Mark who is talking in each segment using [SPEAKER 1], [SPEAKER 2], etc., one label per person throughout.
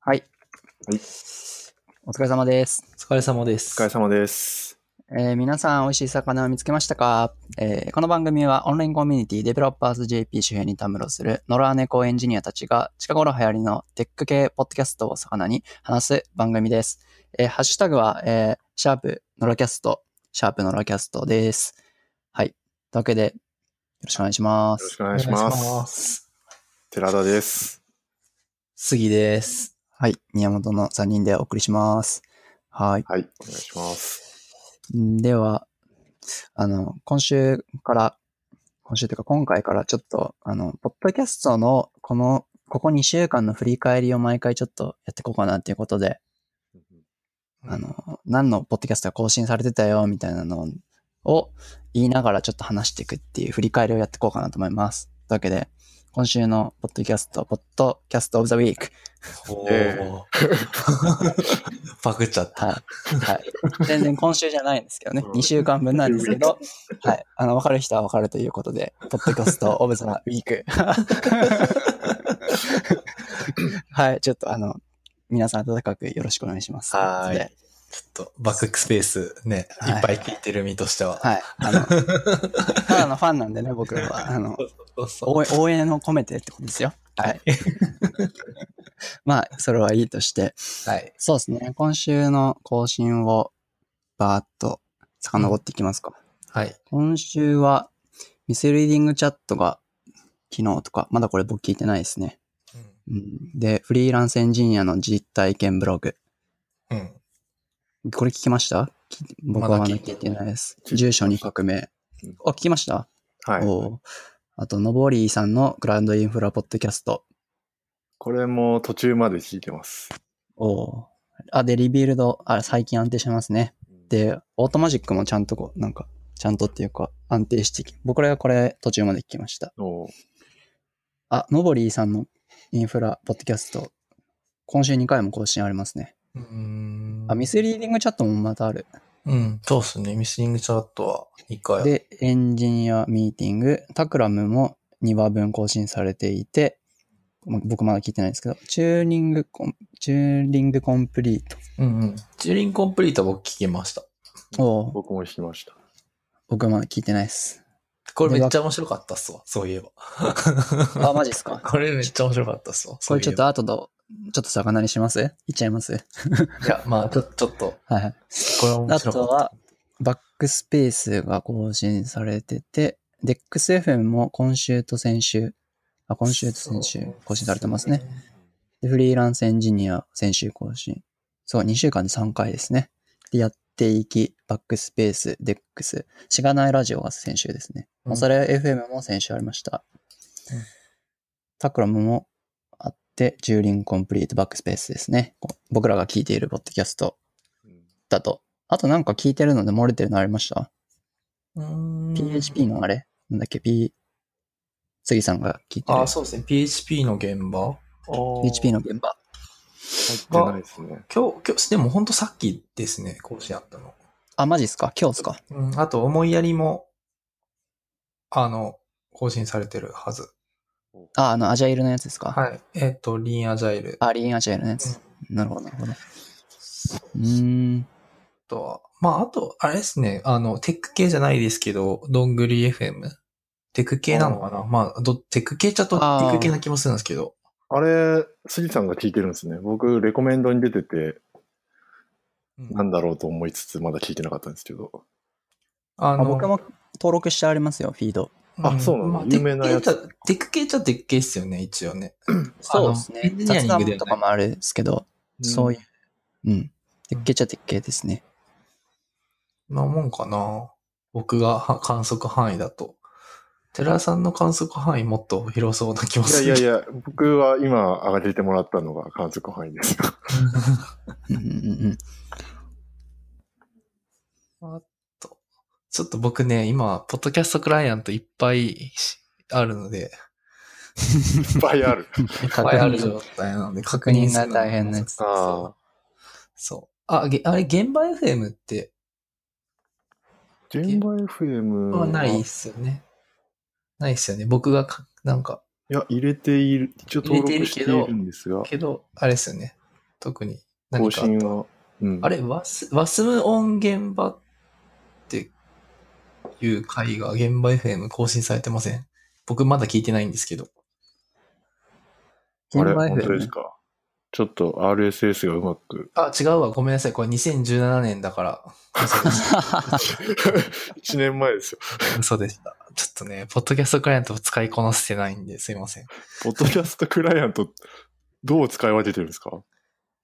[SPEAKER 1] はい。
[SPEAKER 2] はい
[SPEAKER 1] お疲れ様です。
[SPEAKER 3] お疲れ様です。
[SPEAKER 2] お疲れ様です。
[SPEAKER 1] えー皆さん、美味しい魚を見つけましたか、えーこの番組はオンラインコミュニティデベロッパーズ JP 周辺にたむろする野良猫エンジニアたちが近頃流行りのテック系ポッドキャストを魚に話す番組です。えーハッシュタグは、えーシャープ野良キャスト、シャープ野良キャストです。はい。というわけで、よろしくお願いしま
[SPEAKER 2] よろし
[SPEAKER 1] す。
[SPEAKER 2] くお願いします。
[SPEAKER 3] す。
[SPEAKER 2] 寺田です。
[SPEAKER 3] 杉です。
[SPEAKER 1] はい。宮本の3人でお送りします。はい。
[SPEAKER 2] はい、お願いします。
[SPEAKER 1] では、あの、今週から、今週というか今回からちょっと、あの、ポッドキャストのこの、ここ2週間の振り返りを毎回ちょっとやっていこうかなということで、あの、何のポッドキャストが更新されてたよ、みたいなのを言いながらちょっと話していくっていう振り返りをやっていこうかなと思います。というわけで、今週のポッドキャスト、ポッドキャストオブザウィーク。
[SPEAKER 3] お
[SPEAKER 2] え
[SPEAKER 3] ーパクっちゃった。
[SPEAKER 1] はい。はい。 全然今週じゃないんですけどね。
[SPEAKER 2] うん
[SPEAKER 1] 2週間分なんですけど、はい。あの、わかる人はわかるということで、ポッドキャストオブザウィーク。はい。ちょっとあの、皆さん温かくよろしくお願いします。
[SPEAKER 3] はーい
[SPEAKER 1] で
[SPEAKER 3] ちょっとバックスペースね、
[SPEAKER 1] はい
[SPEAKER 3] いっぱい聞いてる身としては。
[SPEAKER 1] はい。あの、ただのファンなんでね、僕らは。あの、
[SPEAKER 3] そうそう
[SPEAKER 1] 応援応援を込めてってことですよ。はい。まあ、それはいいとして。
[SPEAKER 3] はい。
[SPEAKER 1] そうですね。今週の更新をバーっと遡っていきますか。
[SPEAKER 3] はい。
[SPEAKER 1] 今週は、ミスリーディングチャットが昨日とか、まだこれ僕聞いてないですね。うん、で、フリーランスエンジニアの実体験ブログ。
[SPEAKER 3] うん。うん
[SPEAKER 1] これ聞きましたき僕はま
[SPEAKER 3] ま
[SPEAKER 1] だ
[SPEAKER 3] だ
[SPEAKER 1] 聞
[SPEAKER 3] 聞
[SPEAKER 1] い
[SPEAKER 3] い
[SPEAKER 1] てないです。住所に革命
[SPEAKER 2] うん。
[SPEAKER 1] あ、聞きました、
[SPEAKER 2] はい。
[SPEAKER 1] おーあと、のぼりーさんのグラウンドインフラポッドキャスト。
[SPEAKER 2] これも途中まで聞いてます。
[SPEAKER 1] おーあ、で、リビルド、あ、最近安定してますね。で、オートマジックもちゃんとこう、なんか、ちゃんとっていうか、安定してき、僕らがこれ途中まで聞きました。
[SPEAKER 2] おー
[SPEAKER 1] あ、のぼりーさんのインフラ、ポッドキャスト、今週2回も更新ありますね。
[SPEAKER 3] うーん。
[SPEAKER 1] あ、ミスリーディングチャットもまたある。
[SPEAKER 3] うん、そうっすね。ミスリングチャットは一回。
[SPEAKER 1] で、エンジニアミーティング、タクラムも2話分更新されていて、ま僕まだ聞いてないんですけど、チューニングコン、チューリングコンプリー
[SPEAKER 3] うんうん。チューリンコンプリート僕聞きました。
[SPEAKER 1] ト。おう
[SPEAKER 2] 僕も聞きました。
[SPEAKER 1] 僕はまだ聞いてないです。
[SPEAKER 3] これめっちゃ面白かったっすわ。そういえば。
[SPEAKER 1] あ、マジっすか。
[SPEAKER 3] これめっちゃ面白かったっすわ。
[SPEAKER 1] これちょっ
[SPEAKER 3] そう
[SPEAKER 1] と後で、ちょっと魚にしますいっちゃいます
[SPEAKER 3] いえば、いや、まあ、ちょちょっと、
[SPEAKER 1] はいはい。
[SPEAKER 3] これは面
[SPEAKER 1] あ
[SPEAKER 3] 白
[SPEAKER 1] と
[SPEAKER 3] かった。
[SPEAKER 1] は、バックスペースが更新されてて、DEXFM も今週と先週、あ、今週と先週更新されてますね。でフリーランスエンジニア先週更新。そう、2週間で3回ですね。で、やっていき、バックスペース、DEX、しがないラジオが先週ですね。
[SPEAKER 3] うん
[SPEAKER 1] もうそれ FM も先週ありました。
[SPEAKER 3] うん
[SPEAKER 1] タクラムもあって、ジューリンコンプリートバックスペースですね。こう僕らが聞いているポッドキャストだと。あとなんか聞いてるので漏れてるのありました、
[SPEAKER 3] うーん
[SPEAKER 1] ?PHP のあれなんだっけ ?P、杉さんが聞いてる
[SPEAKER 3] ああ、。そうですね。PHP の現場
[SPEAKER 1] PHP の現場。
[SPEAKER 2] 入ってないですね。
[SPEAKER 3] 今日、今日、でも本当さっきですね、更新あったの。
[SPEAKER 1] あ、マジっすか今日っすか
[SPEAKER 3] うん、あと、思いやりも、あの、更新されてるはず。
[SPEAKER 1] あ、あの、アジャイルのやつですか
[SPEAKER 3] はい。えっ、と、リーンアジャイル。あ
[SPEAKER 1] あ、リーンアジャイルのやつ。なるほど、なるほど。うーん。
[SPEAKER 3] とは、まあ、あと、あれですね、あの、テック系じゃないですけど、どんぐり FM? テック系なのかなまあど、テック系ちゃっとテ
[SPEAKER 1] あー
[SPEAKER 3] ック系な気もするんですけど。
[SPEAKER 2] あれ、杉さんが聞いてるんですね。僕、レコメンドに出てて、
[SPEAKER 3] うん
[SPEAKER 2] なんだろうと思いつつ、まだ聞いてなかったんですけど。
[SPEAKER 3] あ
[SPEAKER 1] あ僕も登録してありますよ、フィード。
[SPEAKER 2] あそうなの有名なやつ
[SPEAKER 3] テック系っちゃテック系っちゃテック系っすよね、一応ね。
[SPEAKER 1] そうです
[SPEAKER 3] あの
[SPEAKER 1] ね
[SPEAKER 3] エン。ジニアリ
[SPEAKER 1] 雑
[SPEAKER 3] ングで
[SPEAKER 1] 談
[SPEAKER 3] はない
[SPEAKER 1] とかもあるんですけど、そういう。うん。でっけちゃでっけですね。
[SPEAKER 3] なもんかな僕がは観測範囲だと。寺田さんの観測範囲もっと広そうな気も
[SPEAKER 2] いや
[SPEAKER 3] す
[SPEAKER 2] い
[SPEAKER 3] る。
[SPEAKER 2] やいや、僕は今上げてもらったのが観測範 囲です。
[SPEAKER 1] うんうんうん
[SPEAKER 3] あと、ちょっと僕ね、今、ポッドキャストクライアントいっぱいしあるので、
[SPEAKER 2] いっぱいある。
[SPEAKER 1] うん。
[SPEAKER 3] いっ
[SPEAKER 1] 確
[SPEAKER 3] ぱいある
[SPEAKER 1] 認
[SPEAKER 3] 状態なので、
[SPEAKER 1] 確
[SPEAKER 3] 確
[SPEAKER 1] 認が
[SPEAKER 3] 認するの
[SPEAKER 1] 大変なやつ
[SPEAKER 3] そうそう。あ、げあれ、現場 FM って、
[SPEAKER 2] 現場 FM
[SPEAKER 3] は
[SPEAKER 2] は
[SPEAKER 3] ないっすよね。ないっすよね。僕がか、なんか、
[SPEAKER 2] いや、入れている。一応登録しているんですが。
[SPEAKER 3] けど、あれっすよね。特に
[SPEAKER 2] 更
[SPEAKER 3] 何かあ
[SPEAKER 2] 新
[SPEAKER 3] った
[SPEAKER 2] は。うん、
[SPEAKER 3] あれ、ワス、ワスムオン現場っていう回が現場 FM 更新されてません。僕まだ聞いてないんですけど。
[SPEAKER 2] あれ
[SPEAKER 1] 現場
[SPEAKER 2] 本当
[SPEAKER 1] FM
[SPEAKER 2] ですか。ちょっと RSS がうまく。
[SPEAKER 3] あ、違うわ。ごめんなさい。これ2017年だから。
[SPEAKER 2] 1年前ですよ。
[SPEAKER 3] 嘘でした。ちょっとね、ポッドキャストクライアントを使いこなせてないんで、すいません。い
[SPEAKER 2] ポッドキャストクライアント、どう使い分けてるんですか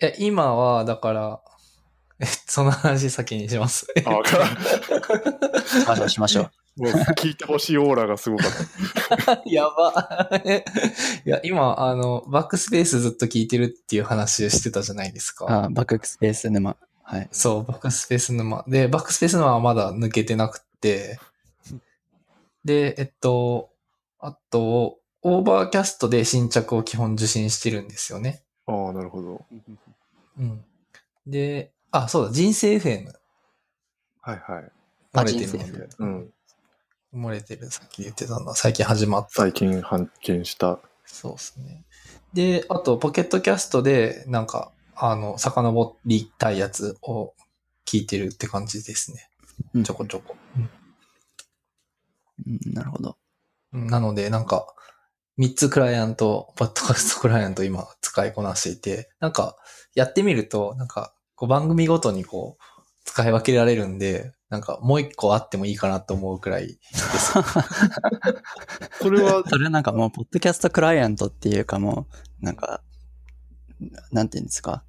[SPEAKER 3] や、今は、だから、え、その話先にします。
[SPEAKER 2] あ、わからん。
[SPEAKER 1] あそうしましょう。
[SPEAKER 2] もう聞いてほしいオーラがすごかった。
[SPEAKER 3] やば。 いや、今、あの、バックスペースずっと聞いてるっていう話をしてたじゃないですか。
[SPEAKER 1] あバックスペース沼。はい。
[SPEAKER 3] そう、バックスペース沼。で、バックスペース沼はまだ抜けてなくて。で、えっと、あと、オーバーキャストで新着を基本受信してるんですよね。
[SPEAKER 2] ああ、なるほど。
[SPEAKER 3] うん。で、あ、そうだ、人生 FM。
[SPEAKER 2] はいはい。
[SPEAKER 1] あ
[SPEAKER 3] 漏れてる
[SPEAKER 1] 人生 FM
[SPEAKER 2] うん。
[SPEAKER 3] 漏れてる。さっき言ってたのは最近始まった。
[SPEAKER 2] 最近発見した。
[SPEAKER 3] そうですね。で、あと、ポケットキャストで、なんか、あの、遡りたいやつを聞いてるって感じですね。
[SPEAKER 1] うん
[SPEAKER 3] ちょこちょこ。
[SPEAKER 1] うんなるほど。
[SPEAKER 3] うんなので、なんか、3つクライアント、バッドカストクライアント今使いこなしていて、なんか、やってみると、なんか、こう番組ごとにこう、使い分けられるんで、なんか、もう一個あってもいいかなと思うくらい。
[SPEAKER 2] それは、
[SPEAKER 1] それなんかもう、ポッドキャストクライアントっていうかもう、なんか、ななんていうんですか。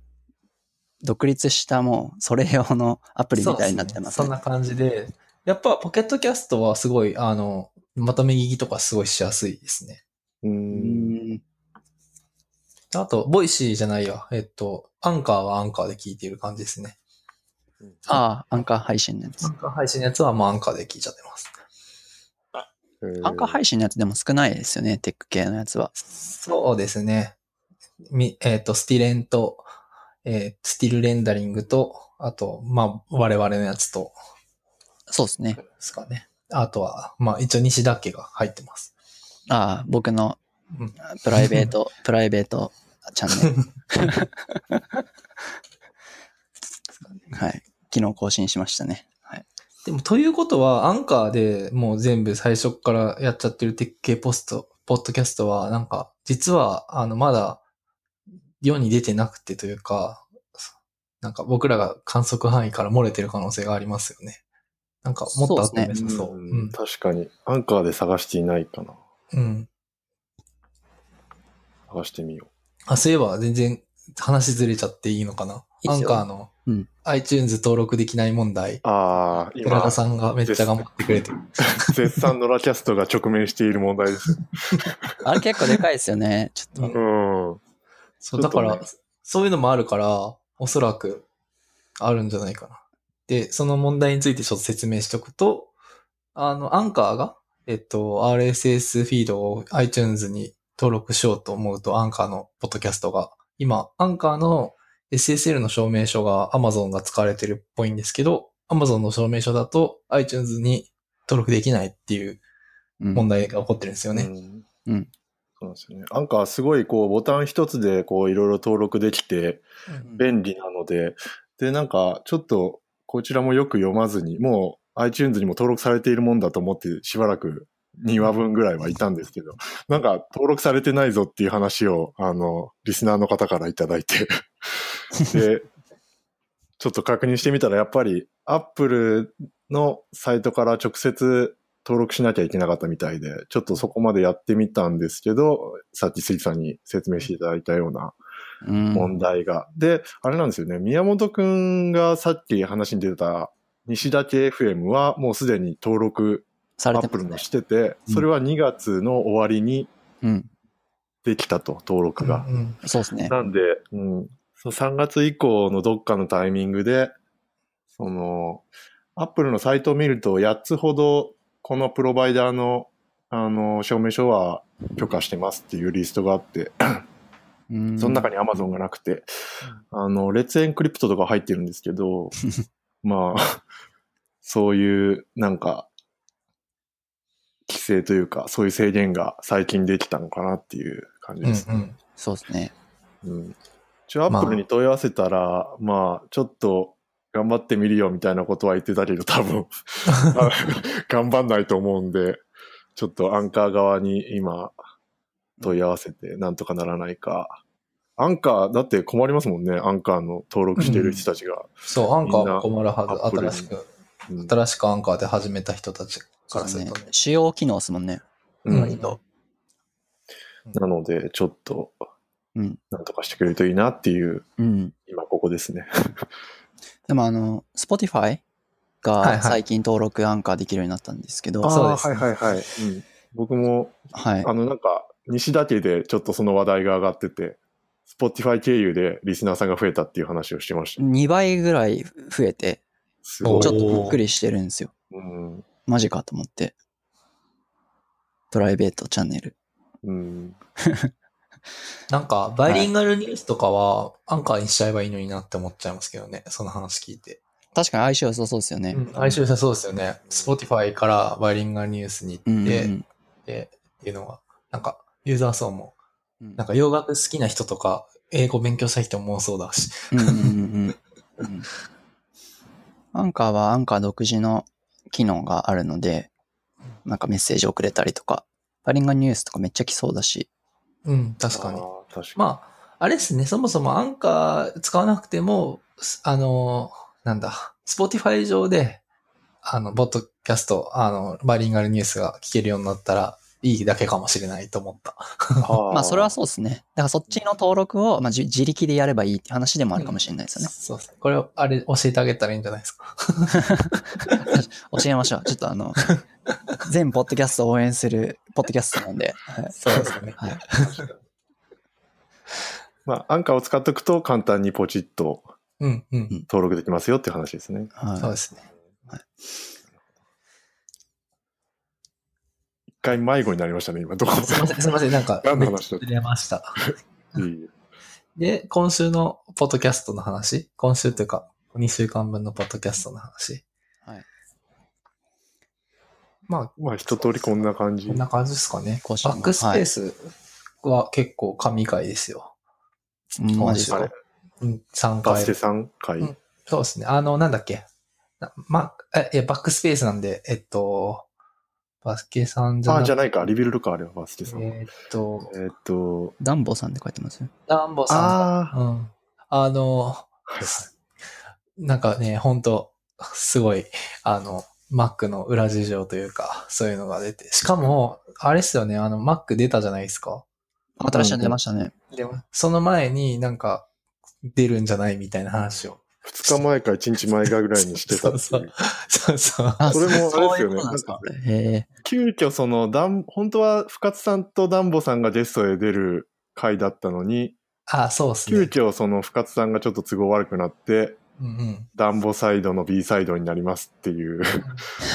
[SPEAKER 1] 独立したもう、それ用のアプリみたいになってます
[SPEAKER 3] そうですねそん
[SPEAKER 1] ね。
[SPEAKER 3] な感じで、やっぱ、ポケットキャストはすごい、あの、まとめ聞きとかすごいしやすいですね。
[SPEAKER 2] うー。
[SPEAKER 1] うんん
[SPEAKER 3] あと、ボイシーじゃないや。えっと、アンカーはアンカーで聞いてる感じですね。
[SPEAKER 1] ああ、アンカー配信のやつ
[SPEAKER 3] ア。ンカー配信のやつは、まあ、アンカーで聞いちゃってます。
[SPEAKER 1] アンカー配信のやつでも少ないですよね、テック系のやつは。
[SPEAKER 3] そうですね。みえっ、と、スティレンと、えースティルレンダリングと、あと、まあ、我々のやつと、
[SPEAKER 1] そうですね
[SPEAKER 3] で。すかね。あとは、まあ、一応西田家が入ってます。
[SPEAKER 1] ああ、僕の
[SPEAKER 3] うん
[SPEAKER 1] プライベー ト、プライベートチャンネル。はい。昨日更新しましたね。はい。
[SPEAKER 3] でも、ということは、アンカーでもう全部最初からやっちゃってる鉄系ポスト、ポッドキャストは、なんか、実は、あの、まだ、世に出てなくてというか、なんか僕らが観測範囲から漏れてる可能性がありますよね。なんか、もっとあっても良さそう。
[SPEAKER 2] ん
[SPEAKER 3] うん
[SPEAKER 2] 確かに。アンカーで探していないかな。
[SPEAKER 3] うん。
[SPEAKER 2] 探してみよ
[SPEAKER 3] あ、そういえば全然話ずれちゃっていいのかな。
[SPEAKER 1] いいっ
[SPEAKER 3] ア
[SPEAKER 1] す
[SPEAKER 3] ン
[SPEAKER 1] よ
[SPEAKER 3] カーの
[SPEAKER 1] うん
[SPEAKER 3] iTunes 登録できない問題。
[SPEAKER 2] う。ああ、
[SPEAKER 3] 寺
[SPEAKER 2] 今
[SPEAKER 3] 田、さんがめっちゃ頑張ってくれてる。
[SPEAKER 2] 絶賛のラキャストが直面している問題です。
[SPEAKER 1] あれ結構でかいですよね。ちょっと。
[SPEAKER 2] うん。
[SPEAKER 3] そう、
[SPEAKER 2] ちょ
[SPEAKER 3] だ
[SPEAKER 2] っと
[SPEAKER 3] か
[SPEAKER 2] ね
[SPEAKER 3] ら、そういうのもあるから、おそらくあるんじゃないかな。で、その問題についてちょっと説明しておくと、あの、アンカーが、えっと、RSS フィードを iTunes に登録しようと思うと、アンカーのポッドキャストが、今、アンカーの SSL の証明書が Amazon が使われてるっぽいんですけど、Amazon の証明書だと iTunes に登録できないっていう
[SPEAKER 1] うん
[SPEAKER 3] 問題が起こってるんですよね。
[SPEAKER 2] うん。
[SPEAKER 1] うん
[SPEAKER 2] そうなんですよね。アンカーすごいこうボタン一つでこういろいろ登録できて
[SPEAKER 3] うん
[SPEAKER 2] 便利なので、でなんかちょっとこちらもよく読まずに、もう iTunes にも登録されているもんだと思ってしばらく2話分ぐらいはいたんですけど、なんか登録されてないぞっていう話をあの、リスナーの方からいただいて、で、ちょっと確認してみたらやっぱり Apple のサイトから直接登録しなきゃいけなかったみたいで、ちょっとそこまでやってみたんですけど、さっき杉さんに説明していただいたような
[SPEAKER 1] うん
[SPEAKER 2] 問題が。で、あれなんですよね、宮本くんがさっき話に出た西田家 FM はもうすでに登録、
[SPEAKER 1] さ
[SPEAKER 2] ア
[SPEAKER 1] れ
[SPEAKER 2] ッ
[SPEAKER 1] て
[SPEAKER 2] プル
[SPEAKER 1] ま
[SPEAKER 2] も
[SPEAKER 1] す
[SPEAKER 2] し
[SPEAKER 1] ね。
[SPEAKER 2] てて、
[SPEAKER 1] うん
[SPEAKER 2] それは2月の終わりに
[SPEAKER 1] うん。
[SPEAKER 2] できたと、登録が。
[SPEAKER 3] うん
[SPEAKER 1] そうですね。
[SPEAKER 2] なんで、うん、その3月以降のどっかのタイミングで、その、アップルのサイトを見ると8つほど、このプロバイダーの、あの、証明書は許可してますっていうリストがあって、
[SPEAKER 1] うん
[SPEAKER 2] その中に Amazon がなくて、あの、レッツエンクリプトとか入ってるんですけど、 まあ、そういう、なんか、規制というか、そういう制限が最近できたのかなっていう感じ
[SPEAKER 3] うんう
[SPEAKER 2] ですね。
[SPEAKER 3] ん
[SPEAKER 1] そうですね。
[SPEAKER 2] うん、一応アップルに問い合わせたら、まあ、ちょっと頑張ってみるよみたいなことは言ってたけど、多分、あ頑張んないと思うんで、ちょっとアンカー側に今、問い合わせて、なんとかならないか。アンカー、だって困りますもんね、アンカーの登録してる人たちが。
[SPEAKER 3] そう、アンカーも困るはず。
[SPEAKER 2] みん
[SPEAKER 3] 新
[SPEAKER 2] な
[SPEAKER 3] しく、
[SPEAKER 2] うん
[SPEAKER 3] 新しくアンカーで始めた人たちか
[SPEAKER 1] そう
[SPEAKER 3] ら
[SPEAKER 1] ですす
[SPEAKER 3] る
[SPEAKER 1] ね
[SPEAKER 3] とね。。
[SPEAKER 1] 主要機能ですもんね。
[SPEAKER 2] うん
[SPEAKER 3] 割と
[SPEAKER 2] なので、ちょっと、
[SPEAKER 1] うん。
[SPEAKER 2] なんとかしてくれるといいなっていう、
[SPEAKER 1] うん。
[SPEAKER 2] 今ここですね。
[SPEAKER 1] でもあの、Spotify
[SPEAKER 3] はいはい
[SPEAKER 1] が最近登録アンカーできるようになったんですけど、
[SPEAKER 3] あ
[SPEAKER 1] は
[SPEAKER 3] そうです
[SPEAKER 2] はいはいはい。うん僕も、
[SPEAKER 1] い。
[SPEAKER 2] あの、なんか、西だけでちょっとその話題が上がってて、Spotify 経由でリスナーさんが増えたっていう話をしてました。
[SPEAKER 1] 2倍ぐらい増えて、
[SPEAKER 2] す
[SPEAKER 1] ちょ
[SPEAKER 2] ご
[SPEAKER 1] っ
[SPEAKER 2] い。
[SPEAKER 1] とびっくりしてるんですよ。
[SPEAKER 2] うん。
[SPEAKER 1] マジかと思って。プライベートチャンネル。
[SPEAKER 2] うん。
[SPEAKER 3] なんか、バイリンガルニュースとかは、アンカーにしちゃえばいいのになって思っちゃいますけどね。その話聞いて。
[SPEAKER 1] 確かに相性良さそうですよね。
[SPEAKER 3] うん、相性良さそうですよね。Spotify からバイリンガルニュースに
[SPEAKER 1] うん
[SPEAKER 3] 行
[SPEAKER 1] うんう
[SPEAKER 3] って、
[SPEAKER 1] ん
[SPEAKER 3] で、っていうのが、なんか、ユーザー層も、
[SPEAKER 1] うん
[SPEAKER 3] なんか洋楽好きな人とか、英語勉強したい人も多そうだし。
[SPEAKER 1] うんうんうんうんうんアンカーはアンカー独自の機能があるので、なんかメッセージ送れたりとか、バイリンガルニュースとかめっちゃ来そうだし、
[SPEAKER 3] うん、確かに
[SPEAKER 2] あ。ー。確か
[SPEAKER 3] まあ、あれですね、そもそもアンカー使わなくても、すあの、なんだ、Spotify 上で、あの、ボッドキャスト、あの、バイリンガルニュースが聞けるようになったら、いいだけかもしれないと思った。
[SPEAKER 2] に。ま
[SPEAKER 1] まあそれはそうですね。だからそっちの登録を、まあ、じ自力でやればいいって話でもあるかもしれないですよね。
[SPEAKER 3] そうですね。これ、あれ、教えてあげたらいいんじゃないですか。
[SPEAKER 1] 教えましょう。ちょっとあ の、全ポッドキャストを応援するポッドキャストなんで。はい
[SPEAKER 3] そうですね。
[SPEAKER 1] はい
[SPEAKER 2] まあ、アンカーを使っとくと簡単にポチッと
[SPEAKER 3] うん、うん。
[SPEAKER 2] 登録できますよっていう話ですね。
[SPEAKER 1] はい
[SPEAKER 3] そうですね。
[SPEAKER 2] 一回迷子になりましたね、今。どこ
[SPEAKER 3] すいません、すいません、なんか、
[SPEAKER 2] 何
[SPEAKER 3] め
[SPEAKER 2] の
[SPEAKER 3] っ
[SPEAKER 2] 話
[SPEAKER 3] ち
[SPEAKER 2] だ
[SPEAKER 3] ゃ
[SPEAKER 2] っけ
[SPEAKER 3] 出ました。
[SPEAKER 2] いい
[SPEAKER 3] で、今週のポッドキャストの話、今週というか、2週間分のポッドキャストの話。
[SPEAKER 1] はい。
[SPEAKER 3] まあ、
[SPEAKER 2] まあ、一通りこんな感じ。
[SPEAKER 3] こんな感じですかね。
[SPEAKER 1] 今週
[SPEAKER 3] バ
[SPEAKER 1] も
[SPEAKER 3] ックスペースは結構神回ですよ。
[SPEAKER 1] うんマジ
[SPEAKER 3] す
[SPEAKER 1] で
[SPEAKER 2] あれ
[SPEAKER 3] うん、3
[SPEAKER 2] バ
[SPEAKER 3] 回
[SPEAKER 2] ステ。3回。
[SPEAKER 3] うんそうですね。あの、なんだっけ。なま、え、いや、バックスペースなんで、えっと、バスケさんじゃ
[SPEAKER 2] あ
[SPEAKER 3] な
[SPEAKER 2] あ、
[SPEAKER 3] く
[SPEAKER 2] じ
[SPEAKER 3] て
[SPEAKER 2] ゃないか。リビルドか、あれはバステ3。
[SPEAKER 3] えっと、
[SPEAKER 2] えーっと、
[SPEAKER 1] ダンボさんって書いてますよ。
[SPEAKER 3] ダンボさんが
[SPEAKER 2] ああ、
[SPEAKER 3] うん。あの、
[SPEAKER 2] はい
[SPEAKER 3] なんかね、ほんと、すごい、あの、Mac の裏事情というか、そういうのが出て。しかも、あれっすよね、あの、Mac 出たじゃないですか。
[SPEAKER 1] 新しいの出ましたね。
[SPEAKER 3] でも、その前になんか、出るんじゃないみたいな話を。
[SPEAKER 2] 2日前か1日前かぐらいにしてたっていう。
[SPEAKER 3] そ
[SPEAKER 2] そう
[SPEAKER 3] そうそう。
[SPEAKER 1] あ
[SPEAKER 2] れもあれです
[SPEAKER 1] そういう
[SPEAKER 2] よ
[SPEAKER 1] こと
[SPEAKER 2] ね。な
[SPEAKER 1] なん
[SPEAKER 2] ん
[SPEAKER 1] ですか
[SPEAKER 2] か、
[SPEAKER 1] へえ。
[SPEAKER 2] 急遽その、ダン本当は深津さんとダンボさんがゲストで出る回だったのに、
[SPEAKER 3] あ、そうっす
[SPEAKER 2] 急
[SPEAKER 3] ね。
[SPEAKER 2] 遽その深津さんがちょっと都合悪くなって、
[SPEAKER 3] うんうん。
[SPEAKER 2] ダンボサイドの B サイドになりますっていう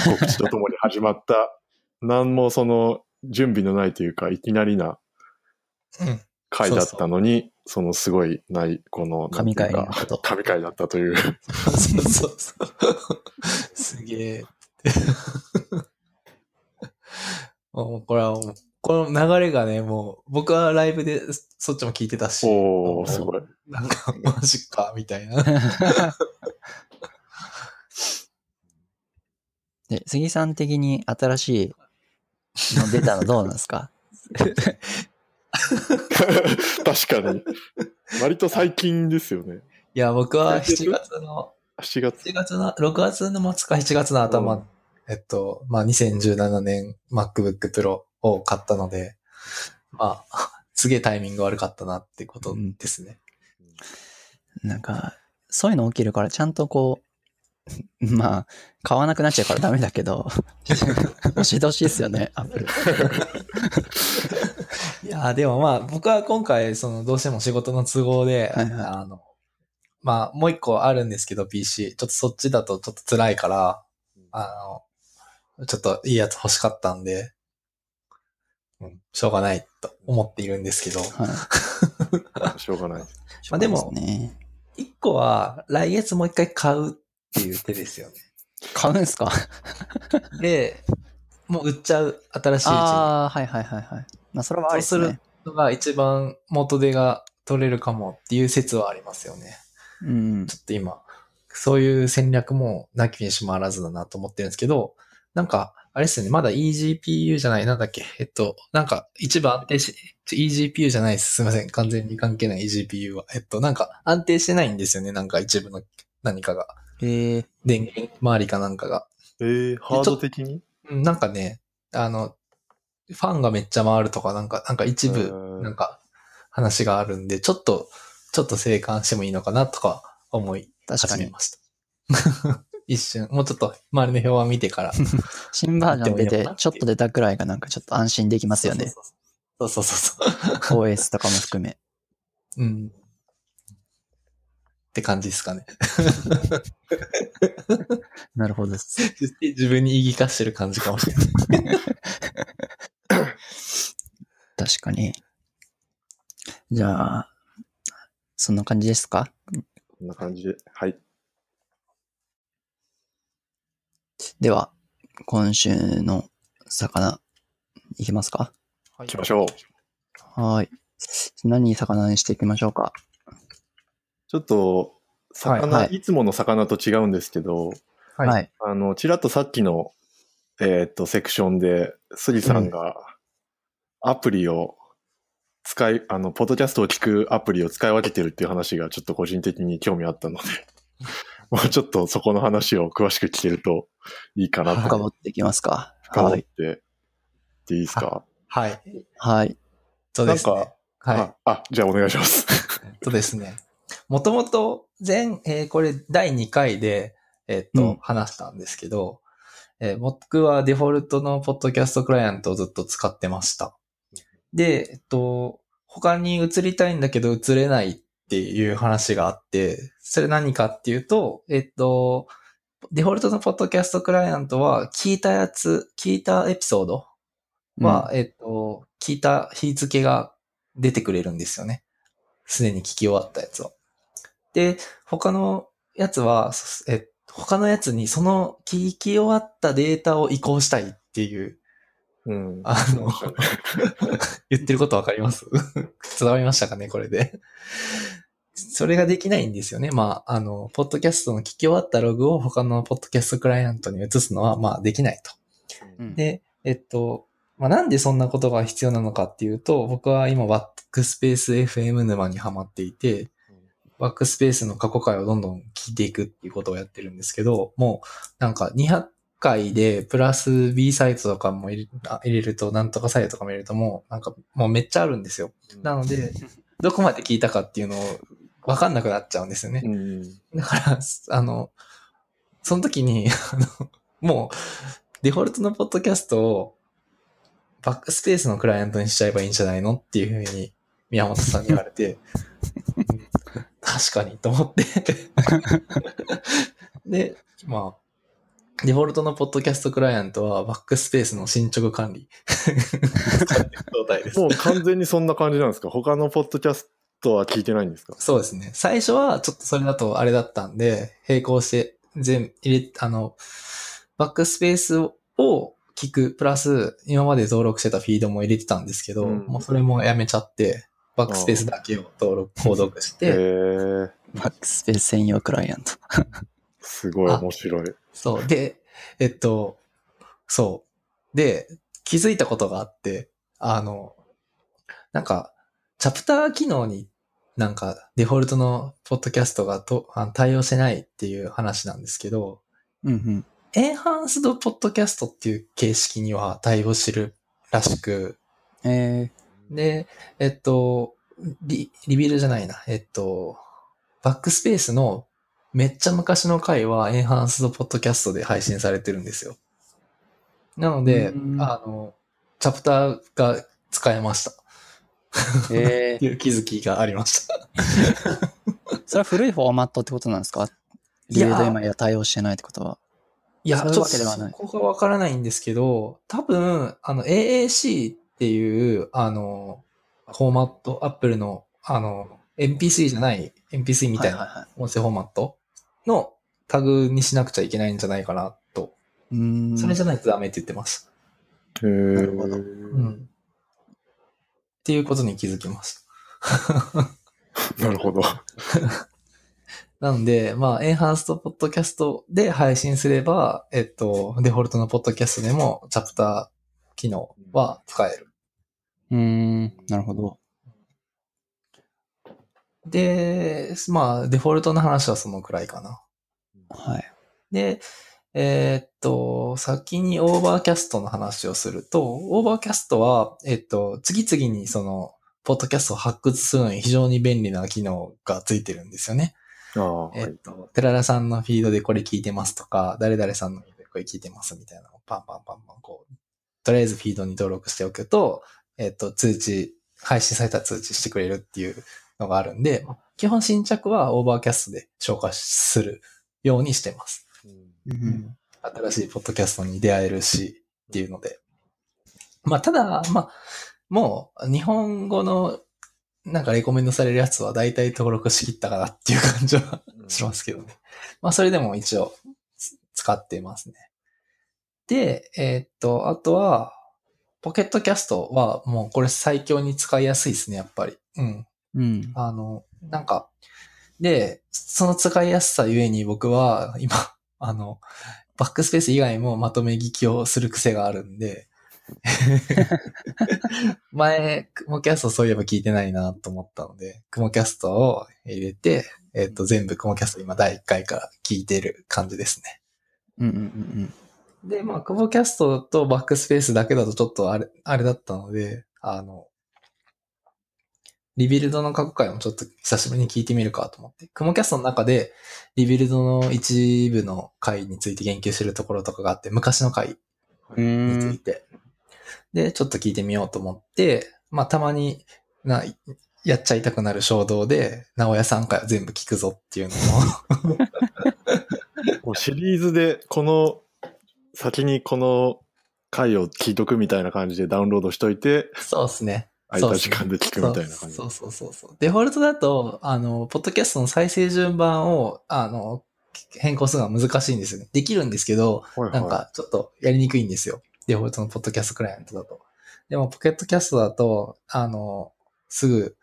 [SPEAKER 2] 告知とともに始まった、何もその準備のないというか、いきなりな
[SPEAKER 3] うん。
[SPEAKER 2] 回だったのに、そのすごいない、この、なんて
[SPEAKER 1] 神
[SPEAKER 2] いうか
[SPEAKER 1] 回のこと。
[SPEAKER 2] 神回だったという。
[SPEAKER 3] そうそうそう。 すげえ。もうこれはもう、この流れがね、もう、僕はライブでそっちも聞いてたし、
[SPEAKER 2] おー、すごい。
[SPEAKER 3] なんか、マジか、みたいな。
[SPEAKER 1] で、杉さん的に新しいの出たのどうなんですか
[SPEAKER 2] 確かに。割と最近ですよね。
[SPEAKER 3] いや、僕は7月の、
[SPEAKER 2] 7月。
[SPEAKER 3] 7月の、6月の末か7月の頭、
[SPEAKER 2] うん
[SPEAKER 3] えっと、まあ、2017年 MacBook Pro を買ったので、まあ、 すげえタイミング悪かったなってことですね。
[SPEAKER 1] なんか、そういうの起きるから、ちゃんとこう、 まあ、買わなくなっちゃうからダメだけど、 教えてほしいですよ ね、アップル。
[SPEAKER 3] いやー、でもまあ、僕は今回、その、どうしても仕事の都合で、
[SPEAKER 1] はいはい
[SPEAKER 3] あの、まあ、もう一個あるんですけど、PC。ちょっとそっちだとちょっと辛いから、あの、ちょっといいやつ欲しかったんで、うん、しょうがないと思っているんですけど、
[SPEAKER 1] はい。
[SPEAKER 2] しょうがない。
[SPEAKER 3] まあでも
[SPEAKER 1] そうすね、
[SPEAKER 3] 一個は、来月もう一回買うっていう手ですよね。
[SPEAKER 1] 買うんすか
[SPEAKER 3] で、もう売っちゃう、新しいうちに。
[SPEAKER 1] ああ、はいはいはいはい。まあ、それはあ
[SPEAKER 3] そ
[SPEAKER 1] り
[SPEAKER 3] う
[SPEAKER 1] ですすね
[SPEAKER 3] る。のが一番元手が取れるかもっていう説はありますよね。
[SPEAKER 1] うん。
[SPEAKER 3] ちょっと今、そういう戦略もなきにしもあらずだなと思ってるんですけど、なんか、あれですよね、まだ eGPU じゃない、なんだっけ、えっと、なんか、一番安定し、ちょ eGPU じゃないです。すいません。完全に関係ない eGPU は。えっと、なんか、安定してないんですよね、なんか一部の何かが。
[SPEAKER 1] えー、
[SPEAKER 3] 電源周りかなんかが。
[SPEAKER 2] えー、ハード的に
[SPEAKER 3] うんなんかね、あの、ファンがめっちゃ回るとか、なんか、なんか一
[SPEAKER 2] へ
[SPEAKER 3] 部
[SPEAKER 2] ー、
[SPEAKER 3] なんか、話があるんで、ちょっと、ちょっと静観してもいいのかなとか思い
[SPEAKER 1] 確か
[SPEAKER 3] 始め
[SPEAKER 1] に。
[SPEAKER 3] ました。 一瞬、もうちょっと周りの表を見て から。
[SPEAKER 1] 新バージョン出
[SPEAKER 3] やってもいいの
[SPEAKER 1] て
[SPEAKER 3] かなってい、う
[SPEAKER 1] ちょっと出たくらいがなんかちょっと安心できますよね。
[SPEAKER 3] そうそうそう。そうそうそうそ
[SPEAKER 1] OS とかも含め。
[SPEAKER 3] う。うん。って感じですか ね。
[SPEAKER 1] なるほどです。
[SPEAKER 3] 自分に言い聞かしてる感じかもしれな
[SPEAKER 1] 確
[SPEAKER 3] い。
[SPEAKER 1] かに。じゃあ、そんな感じですか
[SPEAKER 2] こんな感じで。はい。
[SPEAKER 1] では、今週の魚、いきますか
[SPEAKER 3] 行
[SPEAKER 2] 行きましょう。
[SPEAKER 1] はーい。何魚にしていきましょうか
[SPEAKER 2] ちょっと、魚、
[SPEAKER 1] はい
[SPEAKER 2] い
[SPEAKER 1] はい
[SPEAKER 2] つもの魚と違うんですけど、
[SPEAKER 3] う。はい。
[SPEAKER 1] い。
[SPEAKER 2] あの、ちらっとさっきの、えーっと、セクションで、杉さんが、アプリを使い、あの、ポッドキャストを聞くアプリを使い分けてるっていう話が、ちょっと個人的に興味あ ったので、もうちょっとそこの話を詳しく聞けるといいかな
[SPEAKER 1] 深
[SPEAKER 2] と。
[SPEAKER 1] 掘っていきますか
[SPEAKER 2] 深掘っ
[SPEAKER 1] は
[SPEAKER 2] て
[SPEAKER 1] い。、
[SPEAKER 2] でいいですか、
[SPEAKER 3] はい。
[SPEAKER 1] はい。
[SPEAKER 3] そうです
[SPEAKER 2] なん
[SPEAKER 3] ね
[SPEAKER 2] か。
[SPEAKER 3] はい。
[SPEAKER 2] ああ、じゃあお願いします。
[SPEAKER 3] とですね、もともと前、えーこれ第2回で、えーっと、
[SPEAKER 1] うん
[SPEAKER 3] 話したんですけど、えー僕はデフォルトのポッドキャストクライアントをずっと使ってました。で、えっと、他に移りたいんだけど移れないっていう話があって、それ何かっていうと、えっと、デフォルトのポッドキャストクライアントは聞いたやつ、聞いたエピソードは、えっと、聞いた日付が出てくれるんですよね。すでに聞き終わったやつを。で、他のやつは、そえ他のやつにその聞き終わったデータを移行したいっていう、
[SPEAKER 2] うん
[SPEAKER 3] あ の、言ってることわかります 伝わりましたかね、これで。それができないんですよね。まあ、あの、ポッドキャストの聞き終わったログを他のポッドキャストクライアントに移すのは、まあ、できないと。
[SPEAKER 1] うん
[SPEAKER 3] で、えっと、まあ、なんでそんなことが必要なのかっていうと、僕は今バックスペース FM 沼にハマっていて、バックスペースの過去回をどんどん聞いていくっていうことをやってるんですけど、もうなんか200回でプラス B サイトとかも入れあ入れると、なんとかサイトとかも入れるともうなんかもうめっちゃあるんですよ。なので、どこまで聞いたかっていうのをわかんなくなっちゃうんですよね。
[SPEAKER 2] うん
[SPEAKER 3] だから、すあの、その時に、 あの、もう、デフォルトのポッドキャストをバックスペースのクライアントにしちゃえばいいんじゃないのっていうふうに宮本さんに言われて、うん確かにと思って。 で、まあ、デフォルトのポッドキャストクライアントはバックスペースの進捗管理 状態です。
[SPEAKER 2] もう完全にそんな感じなんですか他のポッドキャストは聞いてないんですか
[SPEAKER 3] そうですね。最初はちょっとそれだとあれだったんで、並行して全部入れ、あの、バックスペースを聞く、プラス今まで登録してたフィードも入れてたんですけど、
[SPEAKER 2] うん
[SPEAKER 3] もうそれもやめちゃって、バックスペースだけを登録、購読し
[SPEAKER 2] へ
[SPEAKER 3] て、
[SPEAKER 2] えー、
[SPEAKER 1] バックスペース専用クライアント。
[SPEAKER 2] すごい面白い。
[SPEAKER 3] そう。で、えっと、そう。で、気づいたことがあって、あの、なんか、チャプター機能になんかデフォルトのポッドキャストがとあの対応してないっていう話なんですけど、
[SPEAKER 1] うんうん。
[SPEAKER 3] エンハンスドポッドキャストっていう形式には対応してるらしく、
[SPEAKER 1] え
[SPEAKER 3] で、えっと、リリビルじゃないな、えっと、バックスペースのめっちゃ昔の回はエンハンスドポッドキャストで配信されてるんですよ。なので
[SPEAKER 1] うん、
[SPEAKER 3] あの、チャプターが使えました。っ
[SPEAKER 1] ー、え
[SPEAKER 3] ていう気づきがありました。
[SPEAKER 1] ー、それは古いフォーマットってことなんですかリ
[SPEAKER 3] いや
[SPEAKER 1] レード今や対応してないってことは。
[SPEAKER 3] いや、
[SPEAKER 1] そういうわけではない
[SPEAKER 3] ちょっとそこがわからないんですけど、多分、あの、AAC っていう、あの、フォーマット、Apple の、あの、MP3 じゃない、MP3 みたい
[SPEAKER 1] は
[SPEAKER 3] な
[SPEAKER 1] はは
[SPEAKER 3] 音声フォーマットのタグにしなくちゃいけないんじゃないかなと。
[SPEAKER 1] い。うーん。
[SPEAKER 3] それじゃないとダメって言ってます。
[SPEAKER 2] へー
[SPEAKER 1] なるほど
[SPEAKER 3] うん。っていうことに気づきました。
[SPEAKER 2] なるほど。
[SPEAKER 3] なので、まあ、エンハンストポッドキャストで配信すれば、えっと、デフォルトのポッドキャストでもチャプター機能は使える。
[SPEAKER 1] うーん、なるほど。
[SPEAKER 3] で、まあ、デフォルトの話はそのくらいかな。
[SPEAKER 1] はい。
[SPEAKER 3] で、えーっと、先にオーバーキャストの話をすると、オーバーキャストは、えっと、次々にその、ポッドキャストを発掘するのに非常に便利な機能がついてるんですよね。
[SPEAKER 2] ああ、は
[SPEAKER 3] えっ
[SPEAKER 2] い。
[SPEAKER 3] と、寺田さんのフィードでこれ聞いてますとか、誰々さんのフィードでこれ聞いてますみたいなのをパンパンパンパンこう、とりあえずフィードに登録しておくと、えっと、通知、配信されたら通知してくれるっていうのがあるんで、基本新着はオーバーキャストで消化するようにしてます。
[SPEAKER 1] うん。
[SPEAKER 3] 新しいポッドキャストに出会えるし、っていうので。まあ、ただ、まあ、もう、日本語の、なんかレコメンドされるやつは大体登録しきったかなっていう感じはしますけどね。 まあ、それでも一応、つ使ってますね。で、えーっと、あとは、ポケットキャストはもうこれ最強に使いやすいですね、やっぱり。うん。
[SPEAKER 1] うん。
[SPEAKER 3] あの、なんか、で、その使いやすさゆえに僕は今、 あの、バックスペース以外もまとめ聞きをする癖があるんで、 前、クモキャストそういえば聞いてないなと思ったので、クモキャストを入れて、えっ、と、全部クモキャスト今第1回から聞いてる感じですね。
[SPEAKER 1] うんうんうん
[SPEAKER 3] で、まあ、クボキャストとバックスペースだけだとちょっとあれ、あれだったので、あの、リビルドの過去回もちょっと久しぶりに聞いてみるかと思って、クモキャストの中でリビルドの一部の回について言及してるところとかがあって、昔の回
[SPEAKER 1] う
[SPEAKER 3] に
[SPEAKER 1] ん。う
[SPEAKER 3] つ
[SPEAKER 1] ー
[SPEAKER 3] い
[SPEAKER 1] ん。
[SPEAKER 3] て。で、ちょっと聞いてみようと思って、まあ、たまにな、やっちゃいたくなる衝動で、直屋さん回を全部聞くぞって いうのも、
[SPEAKER 2] もうシリーズで、この、先にこの回を聞いとくみたいな感じでダウンロードしといて、
[SPEAKER 3] そうですね。
[SPEAKER 2] 空いた時間で聞くみたいな感じ
[SPEAKER 3] そう。そうそうそうそう。デフォルトだと、あの、ポッドキャストの再生順番を、あの、変更するのは難しいんですよね。できるんですけど、
[SPEAKER 2] はいはい
[SPEAKER 3] なんかちょっとやりにくいんですよ。デフォルトのポッドキャストクライアントだと。でも、ポケットキャストだと、あの、すぐ、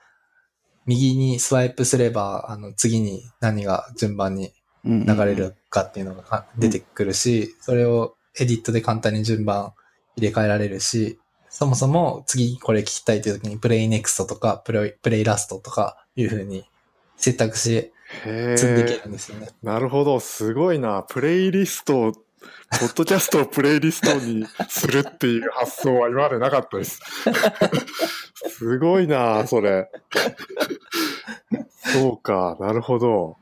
[SPEAKER 3] 右にスワイプすれば、あの、次に何が順番に
[SPEAKER 1] 流
[SPEAKER 3] 流れ。るかっていうのがか出てくるし、それをエディットで簡単に順番入れ替えられるし、そもそも次これ聞きたいという時にプレイネクストとかプレイプレイラストとかいう風に選択肢
[SPEAKER 2] へ
[SPEAKER 3] 積んでいけ
[SPEAKER 2] え
[SPEAKER 3] る。んですよね。
[SPEAKER 2] なるほど、すごいな。プレイリストを、ポッドキャストをプレイリストにするっていう発想は今までなかっ たです。すごいな、それ。そうか、なるほど。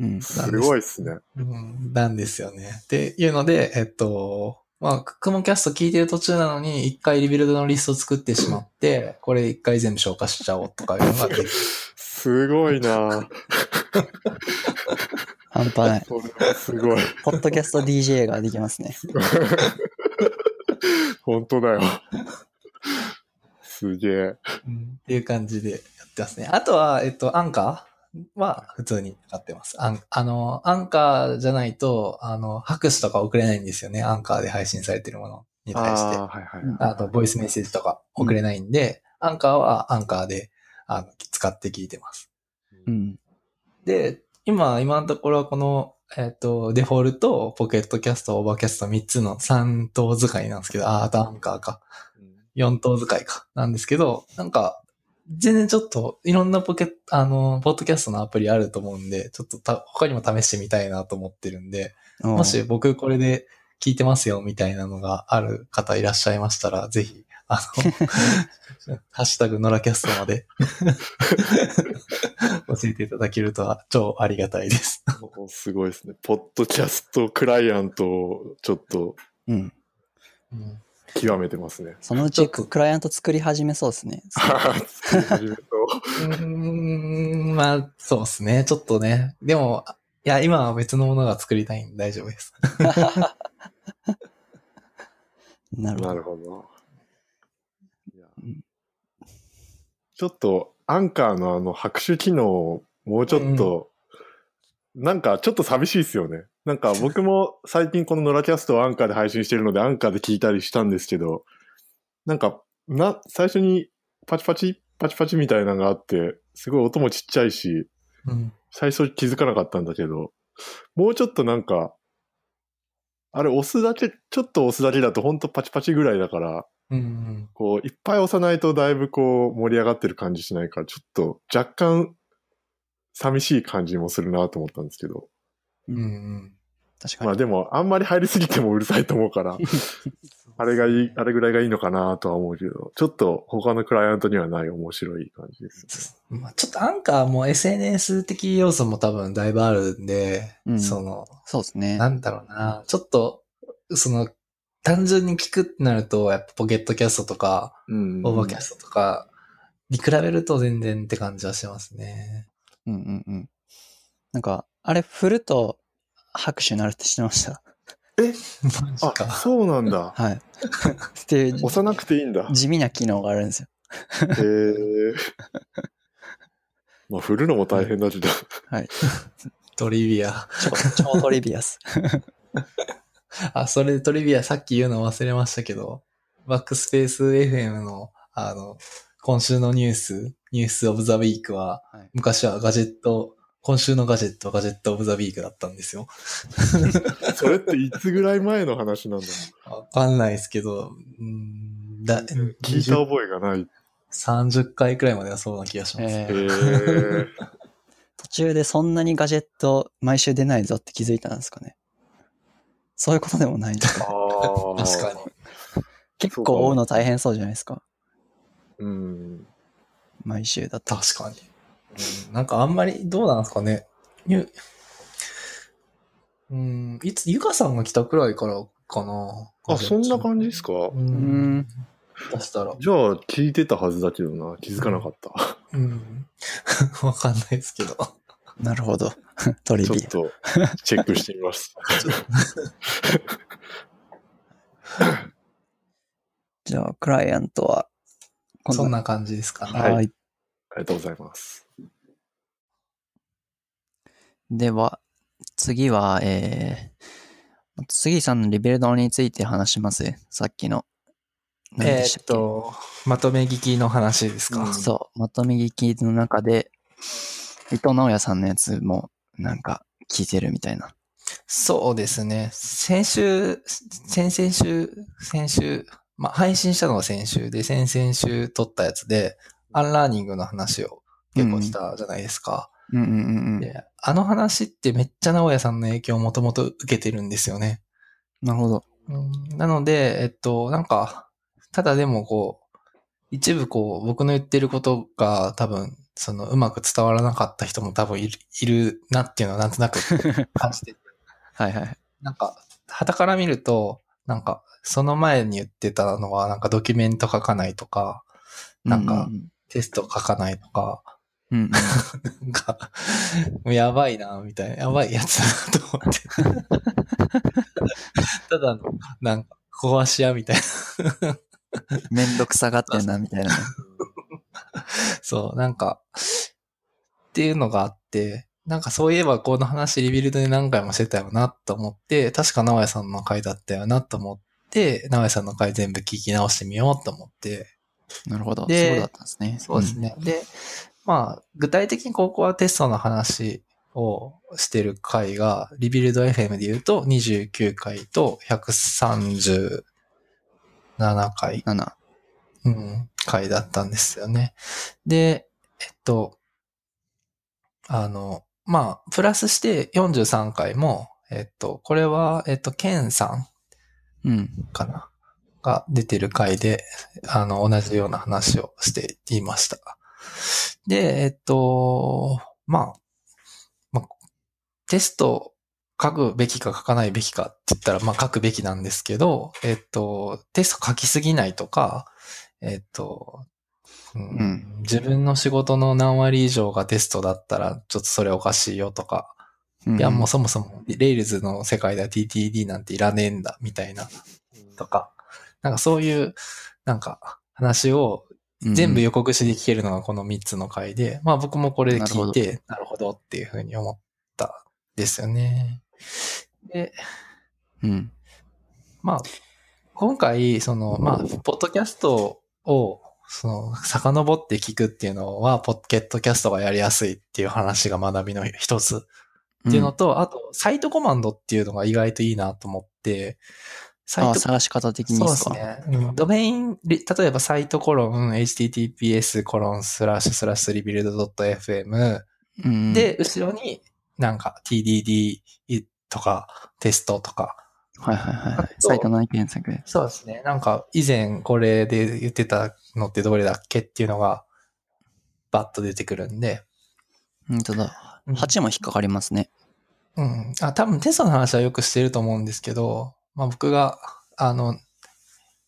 [SPEAKER 1] うん。
[SPEAKER 2] すごいですね。
[SPEAKER 3] うん、なんですよね。っていうので、えっと、まあ、クモキャスト聞いてる途中なのに、一回リビルドのリストを作ってしまって、これ一回全部消化しちゃおうとかいうのができる。
[SPEAKER 2] すごいな。
[SPEAKER 1] 半端ない。
[SPEAKER 2] それはすごい。
[SPEAKER 1] ポッドキャスト DJ ができますね。
[SPEAKER 2] 本当だよ。すげえ。
[SPEAKER 3] っていう感じでやってますね。あとは、えっと、アンカーは普通に使ってます。あんあの、アンカーじゃないと、あの、拍手とか送れないんですよね。アンカーで配信されてるものに対して。あ
[SPEAKER 2] あー、はいはい。
[SPEAKER 3] と、ボイスメッセージとか送れないんで、アンカーはアンカーであの使って聞いてます。
[SPEAKER 1] うん。
[SPEAKER 3] で、今、今のところはこの、えっ、と、デフォルト、ポケットキャスト、オーバーキャスト3つの3等使いなんですけど、あー、あとアンカーか。4等使いか、なんですけど、なんか、全然ちょっと、いろんなポケット、あの、ポッドキャストのアプリあると思うんで、ちょっとた他にも試してみたいなと思ってるんで、
[SPEAKER 1] も
[SPEAKER 3] もし僕これで聞いてますよみたいなのがある方いらっしゃいましたら、ぜひ、あの、ハッシュタグノラキャストまで教えていただけると超ありがたいです。
[SPEAKER 2] おすごいですね。ポッドキャストクライアントをちょっと
[SPEAKER 1] うん。
[SPEAKER 2] 極めてますね。
[SPEAKER 1] そのうちクライアント作り始めそうですね。
[SPEAKER 2] 作り始めそ
[SPEAKER 3] う
[SPEAKER 2] う
[SPEAKER 3] ーん、まあ、そうですね。ちょっとね。でも、いや、今は別のものが作りたいんで大丈夫です。
[SPEAKER 1] なるほ
[SPEAKER 2] な
[SPEAKER 1] ど。
[SPEAKER 2] るほど。いや
[SPEAKER 1] うん
[SPEAKER 2] ちょっと、アンカーのあの、拍手機能をもうちょっと、なんかちょっと寂しいですよね。なんか僕も最近このノラキャストをアンカーで配信してるので、アンカーで聞いたりしたんですけど、なんか、な、最初にパチパチパチパチみたいなのがあって、すごい音もちっちゃいし、
[SPEAKER 3] うん。
[SPEAKER 2] 最初気づかなかったんだけど、もうちょっとなんか、あれ押すだけ、ちょっと押すだけだとほんとパチパチぐらいだから、
[SPEAKER 3] うんうん。
[SPEAKER 2] こう、いっぱい押さないとだいぶこう、盛り上がってる感じしないから、ちょっと若干、寂しい感じもするなと思ったんですけど。
[SPEAKER 3] うんうん。
[SPEAKER 1] 確かに。
[SPEAKER 2] まあでも、あんまり入りすぎてもうるさいと思う から、あれがいい、あれぐらいがいいのかなとは思うけど、ちょっと他のクライアントにはない面白い感じです
[SPEAKER 3] まあ、ちょっとアンカーも SNS 的要素も多分だいぶあるんで、
[SPEAKER 1] うん
[SPEAKER 3] その、
[SPEAKER 1] そうですね。
[SPEAKER 3] なんだろうな、ちょっと、その、単純に聞くってなると、やっぱポケットキャストとか、
[SPEAKER 2] ね。うん
[SPEAKER 3] オーバーキャストとかに比べると全然って感じはしますね。
[SPEAKER 1] うんうんうん。なんか、あれ振ると拍手になるって知ってました。
[SPEAKER 3] マジ
[SPEAKER 2] あ、
[SPEAKER 3] か。
[SPEAKER 2] そうなんだ。
[SPEAKER 1] はい。っていう
[SPEAKER 2] 押さなくていいんだ。
[SPEAKER 1] 地味な機能があるんですよ。
[SPEAKER 2] へえ。まあ、振るのも大変だけど。
[SPEAKER 1] はい。
[SPEAKER 3] トリビア。
[SPEAKER 1] 超超トリビアス。
[SPEAKER 3] あ、それでトリビアさっき言うの忘れましたけど、バックスペース FM の、あの、今週のニュース、ニュースオブザウィークは、
[SPEAKER 1] はい
[SPEAKER 3] 昔はガジェット、今週のガジェットはガジェットオブザウィークだったんですよ。
[SPEAKER 2] それっていつぐらい前の話なんだ
[SPEAKER 3] わかんないですけど、うんだ、
[SPEAKER 2] 聞いた覚えがない。
[SPEAKER 3] 30回くらいまではそうな気がしま す。
[SPEAKER 1] え
[SPEAKER 2] へ
[SPEAKER 1] ー
[SPEAKER 2] え。
[SPEAKER 1] 途中でそんなにガジェット毎週出ないぞって気づいたんですかね。そういうことでもないんですか。
[SPEAKER 2] ああ。
[SPEAKER 3] 確かに。
[SPEAKER 1] 結構追うの大変そうじゃないですか。
[SPEAKER 2] に。うん。
[SPEAKER 1] 毎週だと。
[SPEAKER 3] 確かに。うんなんかあんまり、どうなんですかね。ニュうん、いつ、ゆかさんが来たくらいからかな。
[SPEAKER 2] あ、そんな感じですか
[SPEAKER 3] う。
[SPEAKER 1] うんん。
[SPEAKER 3] 出したら。
[SPEAKER 2] じゃあ、聞いてたはずだけどな。気づかなかった。
[SPEAKER 3] うん。 わかんないですけど。
[SPEAKER 1] なるほど。 トリ
[SPEAKER 2] ちょっ
[SPEAKER 1] ビア。
[SPEAKER 2] と、チェックしてみます。
[SPEAKER 1] じゃあ、クライアントは、今度
[SPEAKER 3] そんな感じですかね。
[SPEAKER 2] はい
[SPEAKER 1] はい。
[SPEAKER 2] ありがとうございます。
[SPEAKER 1] では、次は、えー、杉さんのリベルドについて話します。さっきの。何
[SPEAKER 3] え
[SPEAKER 1] でし
[SPEAKER 3] ー
[SPEAKER 1] た
[SPEAKER 3] っ
[SPEAKER 1] け
[SPEAKER 3] と、まとめ聞きの話ですか。
[SPEAKER 2] うん
[SPEAKER 1] そう、まとめ聞きの中で、伊藤直也さんのやつも、なんか、聞いてるみたいな。
[SPEAKER 3] そうですね。先週、先々週、先週、まあ、配信したのは先週で、先々週撮ったやつで、アンラーニングの話を結構したじゃないですか。
[SPEAKER 1] うんうんうんうん。
[SPEAKER 3] であの話ってめっちゃ直哉さんの影響をもともと受けてるんですよね。
[SPEAKER 1] なるほど。
[SPEAKER 3] うんなので、えっと、なんか、ただでもこう、一部こう、僕の言ってることが多分、その、うまく伝わらなかった人も多分いるいるなっていうのはなんとなく感じて、
[SPEAKER 1] はいはい。
[SPEAKER 3] なんか、旗から見ると、なんか、その前に言ってたのは、なんかドキュメント書かないとか、なんか
[SPEAKER 1] ううん
[SPEAKER 3] テスト書かないとか、
[SPEAKER 1] うん、 うんうん。
[SPEAKER 3] なんか、もうやばいな、みたいな、やばいやつだなと思って。ただの、なんか、壊し屋みたいな。
[SPEAKER 1] めんどくさがってんな、みたいなね。
[SPEAKER 3] そう、なんか、っていうのがあって、なんかそういえばこの話リビルドで何回もしてたよなと思って、確か直哉さんの回だったよなと思って、直哉さんの回全部聞き直してみようと思って。
[SPEAKER 1] なるほど。そう
[SPEAKER 3] で
[SPEAKER 1] だったんですね。
[SPEAKER 3] そうですね。で、まあ、具体的にここはテストの話をしてる回が、リビルド FM で言うと29回と137回
[SPEAKER 1] うん。7。
[SPEAKER 3] うん、回だったんですよね。で、えっと、あの、まあ、プラスして43回も、えっと、これは、えっと、ケンさん
[SPEAKER 1] うん。
[SPEAKER 3] かなが出てる回で、あの、同じような話をしていました。で、えっと、まあ、まあ、テスト書くべきか書かないべきかって言ったら、まあ書くべきなんですけど、えっと、テスト書きすぎないとか、えっと、うん
[SPEAKER 1] うん
[SPEAKER 3] 自分の仕事の何割以上がテストだったら、ちょっとそれおかしいよとか、
[SPEAKER 1] うん
[SPEAKER 3] いや、もうそもそも、レイルズの世界では TTD なんていらねえんだ、みたいな、とか、なんかそういう、なんか、話を
[SPEAKER 1] うん
[SPEAKER 3] 全部予告しで聞けるのがこの3つの回で、まあ僕もこれで聞いて、なるほどっていうふうに思ったんですよね。で、
[SPEAKER 1] うん。
[SPEAKER 3] まあ、今回、その、まあ、ポッドキャストを、その、遡って聞くっていうのは、ポケットキャストがやりやすいっていう話が学びの一つっていうのと、あと、サイトコマンドっていうのが意外といいなと思って、サ
[SPEAKER 1] あ
[SPEAKER 3] イ
[SPEAKER 1] あ
[SPEAKER 3] ト
[SPEAKER 1] 探し方的に
[SPEAKER 3] そう
[SPEAKER 1] で
[SPEAKER 3] ですす
[SPEAKER 1] か。
[SPEAKER 3] ね。うんドメイン、リ例えばサイトコロン、https コロンスラッシュスラッシュリビルド .fm
[SPEAKER 1] うん
[SPEAKER 3] で、、後ろになんか tdd とかテストとか。
[SPEAKER 1] はいはいはいは
[SPEAKER 3] あ
[SPEAKER 1] い。
[SPEAKER 3] と
[SPEAKER 1] サイト内検索。
[SPEAKER 3] そうですね。なんか以前これで言ってたのってどれだっけっていうのがバッと出てくるんで。
[SPEAKER 1] うんとだ。
[SPEAKER 3] うん
[SPEAKER 1] 8も引っかかりますね。
[SPEAKER 3] うん。あ、多分テストの話はよくしてると思うんですけど、まあ僕が、あの、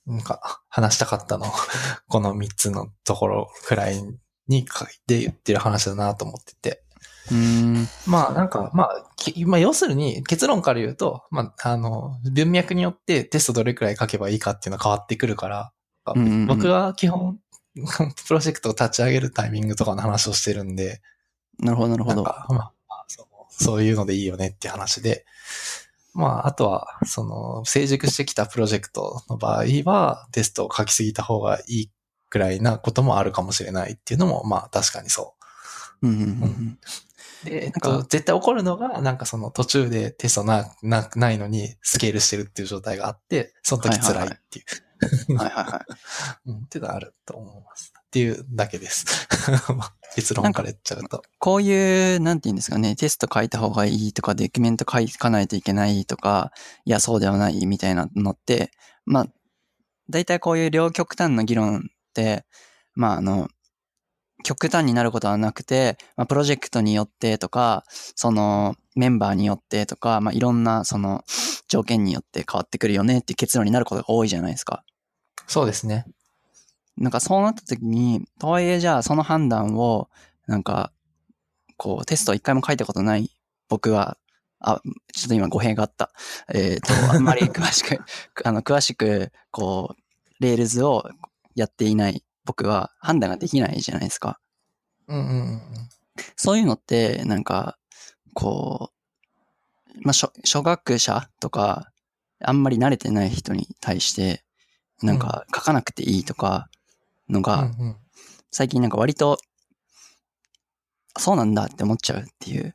[SPEAKER 3] なんか話したかったの、 この3つのところくらいに書いて言ってる話だなと思ってて。
[SPEAKER 1] うーん。
[SPEAKER 3] まあなんか、まあ、きまあ要するに結論から言うと、まああの、文脈によってテストどれくらい書けばいいかっていうのは変わってくるから、
[SPEAKER 1] うんうんうん
[SPEAKER 3] 僕は基本、 プロジェクトを立ち上げるタイミングとかの話をしてるんで、
[SPEAKER 1] なるほどなるほ
[SPEAKER 3] なん
[SPEAKER 1] ど。
[SPEAKER 3] か、まあまあ、そのそういうのでいいよねっていう話で、まあ、あとは、その、成熟してきたプロジェクトの場合は、テストを書きすぎた方がいいくらいなこともあるかもしれないっていうのも、まあ、確かにそ
[SPEAKER 1] うんうんうん
[SPEAKER 3] う。で、え
[SPEAKER 1] な
[SPEAKER 3] っ
[SPEAKER 1] ん
[SPEAKER 3] と、絶対起こるのが、なんかその途中でテストな、な、ないのにスケールしてるっていう状態があって、その時辛いっていう、
[SPEAKER 1] うん。はいはいはい。
[SPEAKER 3] うん、っていうのはあると思います。っていうだけです。 結論から言っちゃうと。
[SPEAKER 1] こういう、なんていうんですかね、テスト書いた方がいいとか、ドキュメント書かないといけないとか、いや、そうではないみたいなのって、まあ、大体こういう両極端の議論って、まあ、あの、極端になることはなくて、まあ、プロジェクトによってとか、そのメンバーによってとか、まあ、いろんなその条件によって変わってくるよねっていう結論になることが多いじゃないですか。
[SPEAKER 3] そうですね。
[SPEAKER 1] なんかそうなった時に、とはいえじゃあその判断を、なんか、こうテストを一回も書いたことない僕は、あ、ちょっと今語弊があった。えっ、と、あんまり詳しく、 あの、詳しく、こう、レールズをやっていない僕は判断ができないじゃないですか。
[SPEAKER 3] うんうんうん。
[SPEAKER 1] そういうのって、なんか、こう、まあ、初初学者とか、あんまり慣れてない人に対して、なんか書かなくていいとか、のが、
[SPEAKER 3] うんうん
[SPEAKER 1] 最近なんか割と、そうなんだって思っちゃうっていう。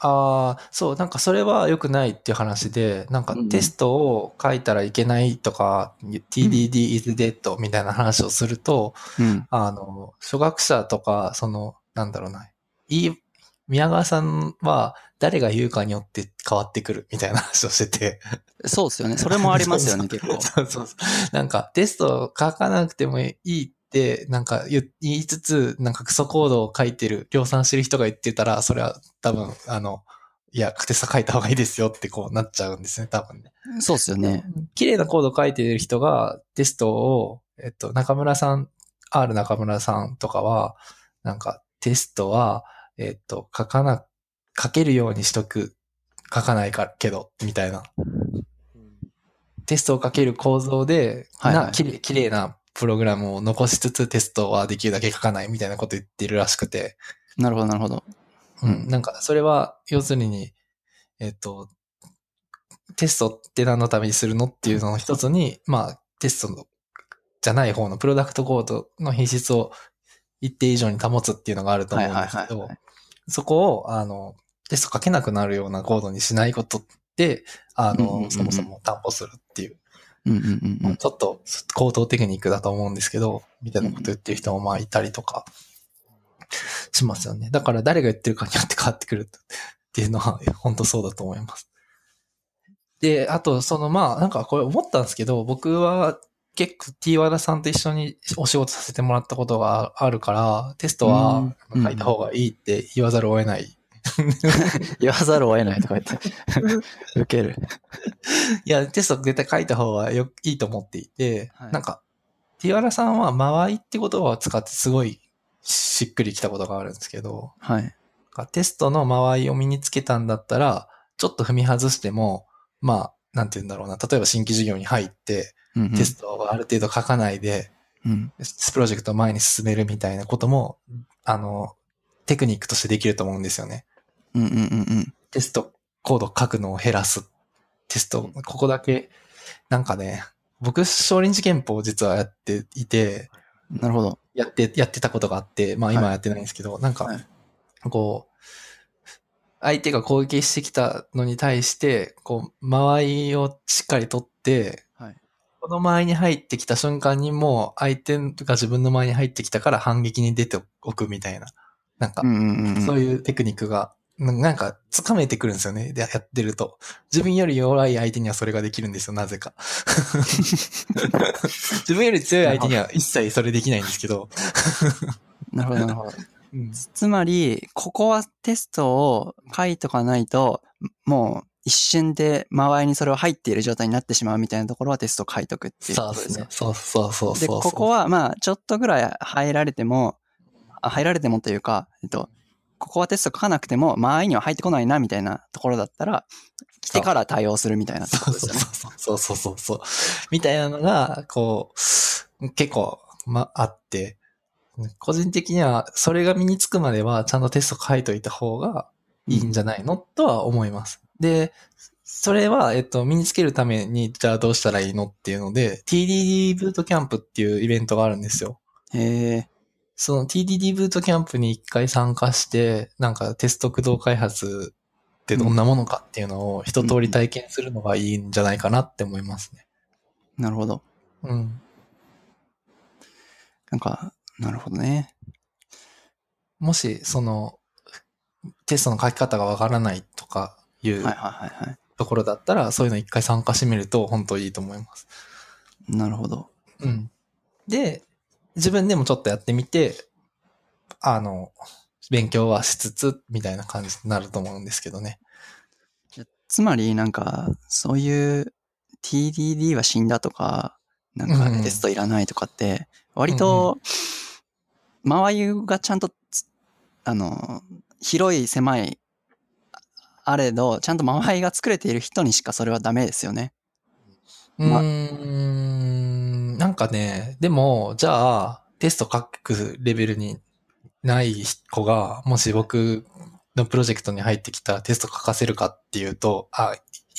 [SPEAKER 3] ああ、そう、なんかそれは良くないっていう話で、なんか
[SPEAKER 1] うんうん
[SPEAKER 3] テストを書いたらいけないとか、TDD is dead みたいな話をすると、
[SPEAKER 1] うん。
[SPEAKER 3] あの、初学者とか、その、なんだろうな、いい、宮川さんは誰が言うかによって変わってくるみたいな話をしてて、
[SPEAKER 1] そうですよね。それもありますよ ね、結構。
[SPEAKER 3] そうそうそう。なんかテスト書かなくてもいいって、なんか言い言いつつ、なんかクソコードを書いてる、量産してる人が言ってたら、それは多分、あの、いや、テスト書いた方がいいですよってこうなっちゃうんですね、多分ね。
[SPEAKER 1] そうですよね。
[SPEAKER 3] 綺麗なコード書いてる人がテストを、えっと、中村さん、R 中村さんとかは、なんかテストは、えっと、書かな、書けるようにしとく、書かないかけど、みたいなテストをかける構造で、
[SPEAKER 1] はいはい
[SPEAKER 3] なきれい、綺麗なプログラムを残しつつテストはできるだけ書かないみたいなこと言ってるらしくて、
[SPEAKER 1] なるほど、なるほど。
[SPEAKER 3] う
[SPEAKER 1] うん
[SPEAKER 3] ん、なんかそれは要するに、えっと、テストって何のためにするのっていうのの一つに、まあテストのじゃない方のプロダクトコードの品質を一定以上に保つっていうのがあると思うんです
[SPEAKER 1] はい
[SPEAKER 3] け
[SPEAKER 1] はいは
[SPEAKER 3] ど
[SPEAKER 1] いは、
[SPEAKER 3] そこを、あの、テスト書けなくなるようなコードにしないことって、あ
[SPEAKER 1] うんうんうんう
[SPEAKER 3] の、
[SPEAKER 1] ん
[SPEAKER 3] そもそも担保するっていう
[SPEAKER 1] うんうんうんうん。
[SPEAKER 3] ちょっと高等テクニックだと思うんですけど、みたいなこと言ってる人もまあいたりとかしますよね。だから誰が言ってるかによって変わってくるっていうのは 本当そうだと思います。で、あとそのまあなんかこれ思ったんですけど、僕は結構 T 和田さんと一緒にお仕事させてもらったことがあるから、テストは
[SPEAKER 1] うん
[SPEAKER 3] 書いた方がいいって言わざるを得ない。
[SPEAKER 1] 言わざるを得ないとか言 って。受ける。
[SPEAKER 3] いや、テスト絶対書いた方がよいいと思っていて、
[SPEAKER 1] はい
[SPEAKER 3] なんか、ティワラさんは間合いって言葉を使ってすごいしっくりきたことがあるんですけど、
[SPEAKER 1] はい。
[SPEAKER 3] なんかテストの間合いを身につけたんだったら、ちょっと踏み外しても、まあ、なんて言うんだろうな、例えば新規事業に入って、
[SPEAKER 1] うんうん
[SPEAKER 3] テストをある程度書かないで、
[SPEAKER 1] うん。
[SPEAKER 3] プロジェクトを前に進めるみたいなことも、あの、テクニックとしてできると思うんですよね。
[SPEAKER 1] うんうんうん
[SPEAKER 3] テストコード書くのを減らす。テスト、ここだけ、なんかね、僕、少林寺拳法を実はやっていて、
[SPEAKER 1] なるほど。
[SPEAKER 3] やって、やってたことがあって、まあ今
[SPEAKER 1] はい
[SPEAKER 3] はやってないんですけど、なんか、
[SPEAKER 1] はい
[SPEAKER 3] こう、相手が攻撃してきたのに対して、こう、間合いをしっかり取って、
[SPEAKER 1] はい。
[SPEAKER 3] この間合いに入ってきた瞬間にもう相手が自分の間合いに入ってきたから反撃に出ておくみたいな、なんか
[SPEAKER 1] う、んうんうん。
[SPEAKER 3] そういうテクニックが、ななんか、つかめてくるんですよね。で、やってると。自分より弱い相手にはそれができるんですよ、な ぜか。自分より強い相手には一切それできないんですけど。
[SPEAKER 1] なるほど、なるほど。
[SPEAKER 3] うん
[SPEAKER 1] つまり、ここはテストを書いとかないと、もう一瞬で間合いにそれを入っている状態になってしまうみたいなところはテストを書いとくっていう。
[SPEAKER 3] そうですね。。そうそうそうそう
[SPEAKER 1] で、
[SPEAKER 3] そう。
[SPEAKER 1] ここはまあ、ちょっとぐらい入られても、あ入られてもというか、えっと、ここはテスト書かなくても、間合いには入ってこないなみたいなところだったら、来てから対応するみたいなとこ
[SPEAKER 3] そう
[SPEAKER 1] ろです
[SPEAKER 3] そう
[SPEAKER 1] よね。
[SPEAKER 3] そうそうそうそうそう。みたいなのが、こう、結構、ま、あって、個人的には、それが身につくまでは、ちゃんとテスト書いといた方がいいんじゃないの、とは思います。で、それは、えっと、身につけるために、じゃあどうしたらいいのっていうので、TDD ブートキャンプっていうイベントがあるんですよ。
[SPEAKER 1] へえ。
[SPEAKER 3] その TDD ブートキャンプに一回参加して、なんかテスト駆動開発ってどんなものかっていうのを一通り体験するのがいいんじゃないかなって思いますね。
[SPEAKER 1] なるほど。
[SPEAKER 3] うん。
[SPEAKER 1] なんか、なるほどね。
[SPEAKER 3] もし、その、テストの書き方がわからないとかいう
[SPEAKER 1] はいはいはいは
[SPEAKER 3] ところだったら、そういうの一回参加してみると本当いいと思います。
[SPEAKER 1] い。なるほど。
[SPEAKER 3] うん。で、自分でもちょっとやってみて、あの、勉強はしつつ、みたいな感じになると思うんですけどね。
[SPEAKER 1] つまり、なんか、そういう TDD は死んだとか、なん
[SPEAKER 3] うんう
[SPEAKER 1] か
[SPEAKER 3] ん
[SPEAKER 1] テストいらないとかって、割と、間合いがちゃんとつ、あの、広い狭い、ああれど、ちゃんと間合いが作れている人にしかそれはダメですよね。ま
[SPEAKER 3] うーん、なんかね、でも、じゃあ、テスト書くレベルにない子が、もし僕のプロジェクトに入ってきたらテスト書かせるかっていうと、あ、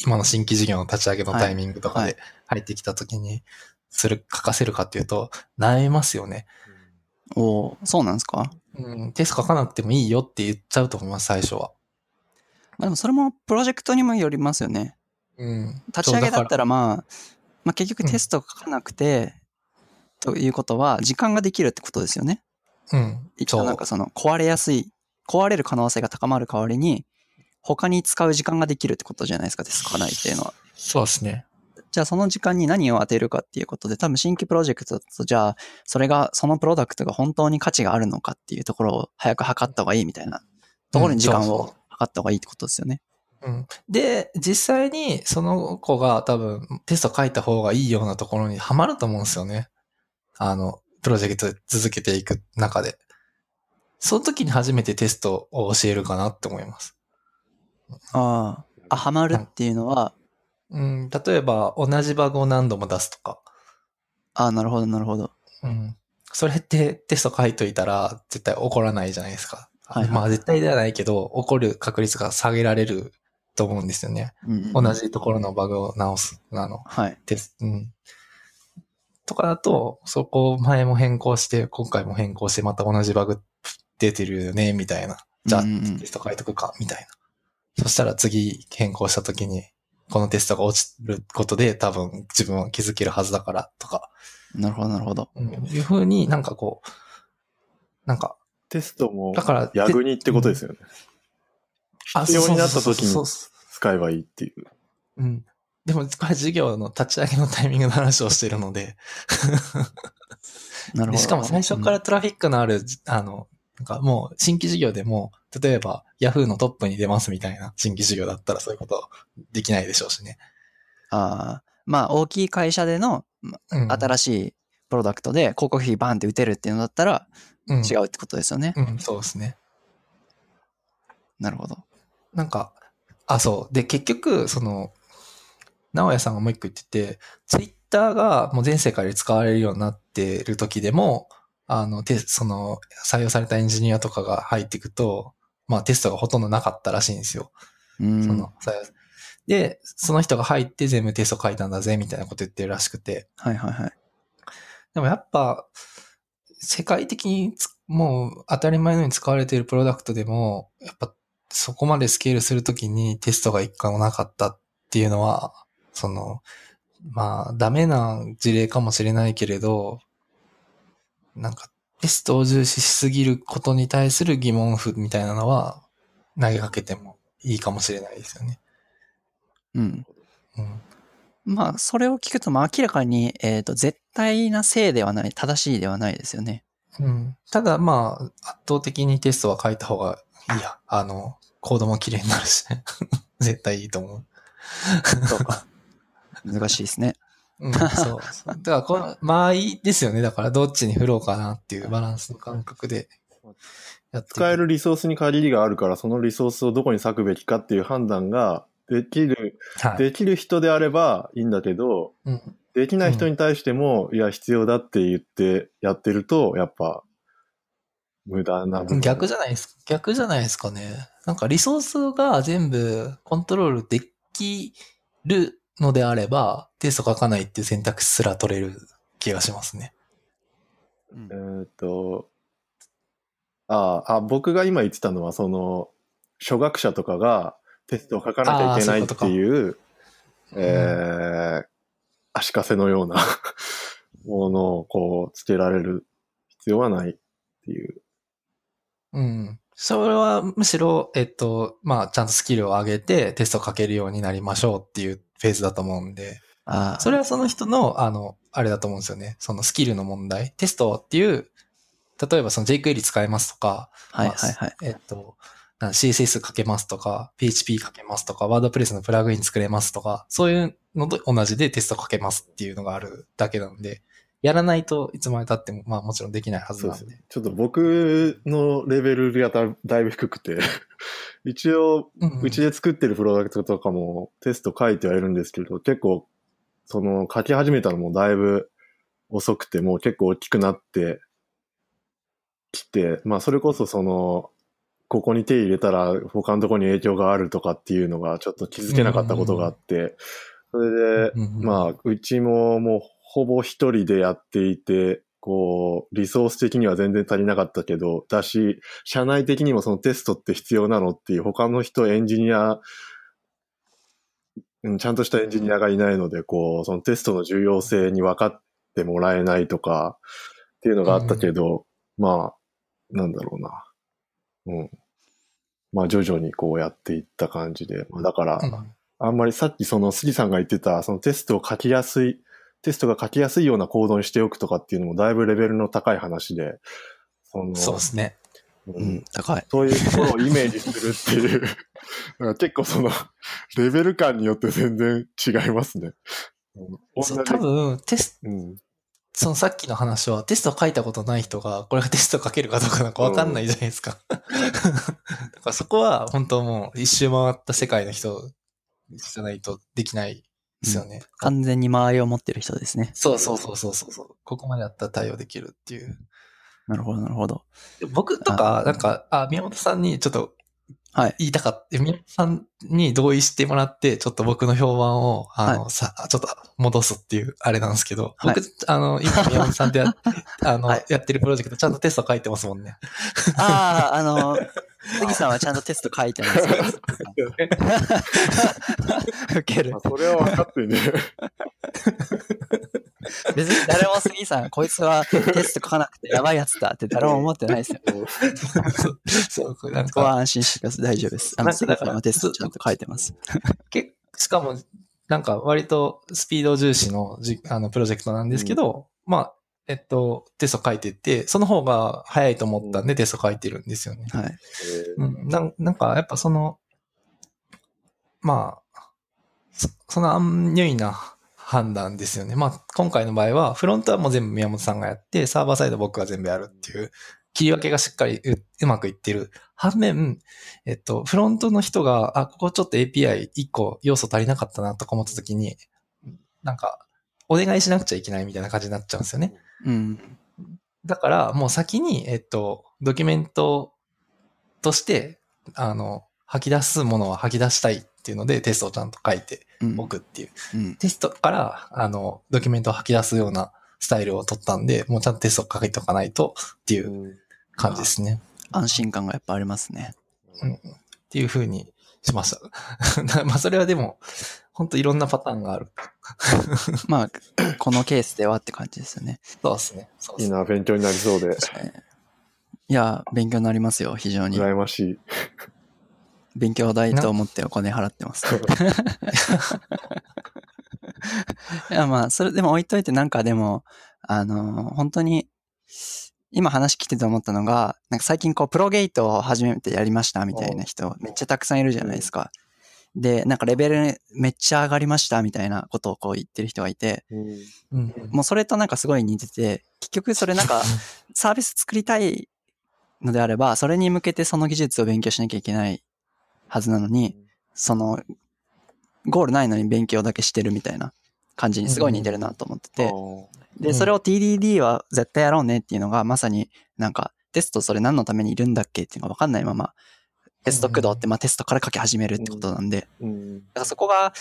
[SPEAKER 3] 今の新規事業の立ち上げのタイミングとか
[SPEAKER 1] はい
[SPEAKER 3] で入ってきた時に、する、書かせるかっていうと、悩みますよね。
[SPEAKER 1] おおそうなんですか
[SPEAKER 3] うん、テスト書かなくてもいいよって言っちゃうと思います、最初は。
[SPEAKER 1] まあでもそれもプロジェクトにもよりますよね。
[SPEAKER 3] うん。
[SPEAKER 1] 立ち上げだった
[SPEAKER 3] ら、
[SPEAKER 1] らまあ、まあ結局テスト書かなくて、ということは、時間ができるってことですよね。
[SPEAKER 3] うん。
[SPEAKER 1] 一
[SPEAKER 3] そ
[SPEAKER 1] 応
[SPEAKER 3] う
[SPEAKER 1] なんかその壊れやすい、壊れる可能性が高まる代わりに、他に使う時間ができるってことじゃないですか、テスト書かないっていうのは。
[SPEAKER 3] そうですね。
[SPEAKER 1] じゃあその時間に何を当てるかっていうことで、多分新規プロジェクトだと、じゃあそれが、そのプロダクトが本当に価値があるのかっていうところを早く測った方がいいみたいなところに時
[SPEAKER 3] うん
[SPEAKER 1] 間
[SPEAKER 3] そうそ
[SPEAKER 1] を測った方がいいってことですよね。
[SPEAKER 3] うんで、実際にその子が多分テスト書いた方がいいようなところにはまると思うんですよね。あの、プロジェクト続けていく中で。その時に初めてテストを教えるかなって思います。
[SPEAKER 1] ああ。あ、ハマるっていうのは、
[SPEAKER 3] うん、例えば同じバグを何度も出すとか。
[SPEAKER 1] ああ、なるほど、なるほど。
[SPEAKER 3] うん。それってテスト書いといたら絶対起こらないじゃないですか。
[SPEAKER 1] はいはい
[SPEAKER 3] まあ絶対ではないけど、起こる確率が下げられると思うんですよね。
[SPEAKER 1] うんうん
[SPEAKER 3] 同。じところのバグを直す、あの、
[SPEAKER 1] はい。
[SPEAKER 3] です。うん。とかだと、そこを前も変更して、今回も変更して、また同じバグ出てるよね、みたいな。じゃあ、
[SPEAKER 1] うんうん
[SPEAKER 3] テスト書いとくか、みたいな。そしたら次変更した時に、このテストが落ちることで多分自分は気づけるはずだから、とか、
[SPEAKER 1] なるほど、なるほど。
[SPEAKER 3] うんいうふうになんかこう、なんか、
[SPEAKER 2] テストも
[SPEAKER 3] だから、
[SPEAKER 2] 逆にってことですよね。
[SPEAKER 3] あ
[SPEAKER 2] 必要になった時
[SPEAKER 3] そうそう
[SPEAKER 2] に
[SPEAKER 3] そうそう
[SPEAKER 2] 使えばいいっていう。
[SPEAKER 3] うん。でも、これは授業の立ち上げのタイミングの話をしているので、
[SPEAKER 1] なるほ
[SPEAKER 3] で
[SPEAKER 1] ど。
[SPEAKER 3] しかも最初からトラフィックのある、あの、なんかもう新規事業でも、例えば Yahoo のトップに出ますみたいな新規事業だったらそういうことできないでしょうしね。
[SPEAKER 1] ああ、まあ大きい会社でのま
[SPEAKER 3] うん、
[SPEAKER 1] 新しいプロダクトで広告費バンって打てるっていうのだったら
[SPEAKER 3] うん、
[SPEAKER 1] 違うってことですよね。
[SPEAKER 3] うん、そうですね。
[SPEAKER 1] なるほど。
[SPEAKER 3] なんか、あ、そう。で、結局、その、直哉さんがもう一個言ってて、ツイッターがもう全世界で使われるようになってる時でも、あの、て、その、採用されたエンジニアとかが入っていくと、まあテストがほとんどなかったらしいんですよ。
[SPEAKER 1] うん。
[SPEAKER 3] その、さで、その人が入って全部テスト書いたんだぜ、みたいなこと言ってるらしくて。
[SPEAKER 1] はいはいはい。
[SPEAKER 3] でもやっぱ、世界的につもう当たり前のように使われているプロダクトでも、やっぱそこまでスケールするときにテストが一回もなかったっていうのは、その、まあ、ダメな事例かもしれないけれど、なんかテストを重視しすぎることに対する疑問符みたいなのは投げかけてもいいかもしれないですよね。
[SPEAKER 1] うん。
[SPEAKER 3] うん。
[SPEAKER 1] まあ、それを聞くと、まあ、明らかに、えっ、と、絶対なせいではない、正しいではないですよね。
[SPEAKER 3] うん、ただ、まあ、圧倒的にテストは書いた方がいいや。あの、コードも綺麗になるし ね。絶対いいと思う。
[SPEAKER 1] そうか。難しいですね。
[SPEAKER 3] うん、そう。だからこの、間合いですよね。だから、どっちに振ろうかなっていうバランスの感覚でやっていく
[SPEAKER 2] 使えるリソースに限りがあるから、そのリソースをどこに割くべきかっていう判断ができる、
[SPEAKER 3] はい。
[SPEAKER 2] できる人であればいいんだけど、
[SPEAKER 3] うん、
[SPEAKER 2] できない人に対しても、いや、必要だって言ってやってると、やっぱ、無駄な。
[SPEAKER 3] 逆じゃないです逆じゃないですかね。なんか、リソースが全部コントロールできるのであれば、テスト書かないっていう選択肢すら取れる気がしますね。
[SPEAKER 1] うん
[SPEAKER 2] えーっと、ああ、僕が今言ってたのは、その、初学者とかがテストを書かなきゃいけないっていう、えー、足かせのような ものをこう、つけられる必要はないっていう。
[SPEAKER 3] うん。それはむしろ、えっと、まあ、ちゃんとスキルを上げてテストを書けるようになりましょうっていうフェーズだと思うんで、
[SPEAKER 1] ああ、
[SPEAKER 3] それはその人の、あの、あれだと思うんですよね。そのスキルの問題。テストっていう、例えばその jQuery 使えますとか、
[SPEAKER 1] はいはいはい。
[SPEAKER 3] えっと、なん CSS 書けますとか、PHP 書けますとか、WordPress のプラグイン作れますとか、そういうのと同じでテスト書けますっていうのがあるだけなんで、やらないといつまで経っても、まあもちろんできないはず
[SPEAKER 2] そう
[SPEAKER 3] なん
[SPEAKER 2] です
[SPEAKER 3] で。
[SPEAKER 2] ね。ちょっと僕のレベルがだだいぶ低くて、 一応、
[SPEAKER 3] うん
[SPEAKER 2] うちで作ってるプロダクトとかもテスト書いてはいるんですけど、結構、その書き始めたのもだいぶ遅くて、もう結構大きくなってきて、まあそれこそその、ここに手入れたら他のところに影響があるとかっていうのがちょっと気づけなかったことがあって、それで、
[SPEAKER 3] うん
[SPEAKER 2] まあ、うちももうほぼ一人でやっていて、こう、リソース的には全然足りなかったけど、だし、社内的にもそのテストって必要なのっていう、他の人、エンジニア、うんちゃんとしたエンジニアがいないので、こう、そのテストの重要性に分かってもらえないとか、っていうのがあったけど、まあ、なんだろうな。うん。まあ、徐々にこうやっていった感じで、まあだから、
[SPEAKER 3] うん
[SPEAKER 2] あんまりさっきその杉さんが言ってた、そのテストを書きやすい、テストが書きやすいような行動にしておくとかっていうのもだいぶレベルの高い話で、その
[SPEAKER 3] そうですね。
[SPEAKER 2] う
[SPEAKER 1] うんん、高い。
[SPEAKER 2] そういうところをイメージするっていう、だ から結構その、レベル感によって全然違いますね。うん
[SPEAKER 3] そう多分、テスト、
[SPEAKER 2] うん、
[SPEAKER 3] そのさっきの話は、テスト書いたことない人が、これがテスト書けるかどうかなんかわかんないじゃないですか。 だからそこは、本当もう、一周回った世界の人じゃないとできないですよね。
[SPEAKER 1] 完全に間合いを持ってる人ですね。
[SPEAKER 3] そうそうそうそうそうそう。ここまでやったら対応できるっていう。
[SPEAKER 1] なるほど、なるほど。
[SPEAKER 3] 僕とか、なんか、あ、宮本さんにちょっと
[SPEAKER 1] はい。
[SPEAKER 3] 言いたかった、宮本さんに同意してもらって、ちょっと僕の評判を、あの、さ、ちょっと戻すっていう、あれなんですけど、僕、
[SPEAKER 1] は
[SPEAKER 3] あの、今宮本さんで や、あの、
[SPEAKER 1] はい
[SPEAKER 3] やってるプロジェクト、ちゃんとテスト書いてますもんね。
[SPEAKER 1] ああ、あ の、杉さんはちゃんとテスト書いて ますけど。ウケる
[SPEAKER 2] まあ。それは分かってね。
[SPEAKER 1] 別に誰も杉さん、こいつはテスト書かなくてやばいやつだって誰も思ってないですよ。
[SPEAKER 3] そう、これなん
[SPEAKER 1] そこは
[SPEAKER 3] か、
[SPEAKER 1] 安心してください。大丈夫です。あ
[SPEAKER 3] な
[SPEAKER 1] の、
[SPEAKER 3] んか
[SPEAKER 1] 杉
[SPEAKER 3] だ
[SPEAKER 1] さ
[SPEAKER 3] か
[SPEAKER 1] ん
[SPEAKER 3] ら
[SPEAKER 1] はテストちゃんと書いてます。
[SPEAKER 3] けしかも、なんか、割とスピード重視のじ、あの、プロジェクトなんですけど、まあ、えっと、テスト書いてて、その方が早いと思ったんで、テスト書いてるんですよね。
[SPEAKER 1] はい。
[SPEAKER 3] うん、なんなんか、やっぱその、まあ、そその安入意な判断ですよね。まあ、今回の場合は、フロントはもう全部宮本さんがやって、サーバーサイド僕が全部やるっていう、切り分けがしっかりううまくいってる。反面、えっと、フロントの人が、あ、ここちょっと API1 個要素足りなかったなとか思った時に、なんか、お願いしなくちゃいけないみたいな感じになっちゃうんですよね。
[SPEAKER 1] うん。
[SPEAKER 3] だから、もう先に、えっと、ドキュメントとして、あの、吐き出すものは吐き出したいっていうので、テストをちゃんと書いて
[SPEAKER 1] うん
[SPEAKER 3] おくっていう。
[SPEAKER 1] うん。
[SPEAKER 3] テストから、あの、ドキュメントを吐き出すようなスタイルを取ったんで、もうちゃんとテストをかけとかないとっていう感じですね。
[SPEAKER 1] 安心感がやっぱありますね。
[SPEAKER 3] っていう風にしました。 まあそれはでも、ほんといろんなパターンがある。
[SPEAKER 1] まあ、このケースではって感じですよね。
[SPEAKER 3] そうですね。そうで
[SPEAKER 2] いい
[SPEAKER 3] すね。
[SPEAKER 2] な、勉強になりそうで、
[SPEAKER 1] 確かに。いや、勉強になりますよ、非常に。
[SPEAKER 2] 羨ましい。
[SPEAKER 1] 勉強代と思ってお金払ってます。 いや、まあ、それでも置いといて、なんかでも、あの、本当に、今話聞いてて思ったのが、なんか最近こう、プロゲートを初めてやりましたみたいな人、めっちゃたくさんいるじゃないですか。で、なんかレベルめっちゃ上がりましたみたいなことをこう言ってる人がいて、
[SPEAKER 3] う
[SPEAKER 2] うん
[SPEAKER 3] ん。
[SPEAKER 1] もうそれとなんかすごい似てて、結局それなんか、サービス作りたいのであれば、それに向けてその技術を勉強しなきゃいけないはずなのに、その、ゴールないのに勉強だけしてるみたいな感じにすごい似てるなと思ってて、
[SPEAKER 3] う
[SPEAKER 1] で、
[SPEAKER 3] ん
[SPEAKER 1] それを TDD は絶対やろうねっていうのが、まさになんか、テストそれ何のためにいるんだっけっていうのがわかんないまま、テスト駆動って、まあテストから書き始めるってことなんで、
[SPEAKER 2] うん
[SPEAKER 1] だからそこが、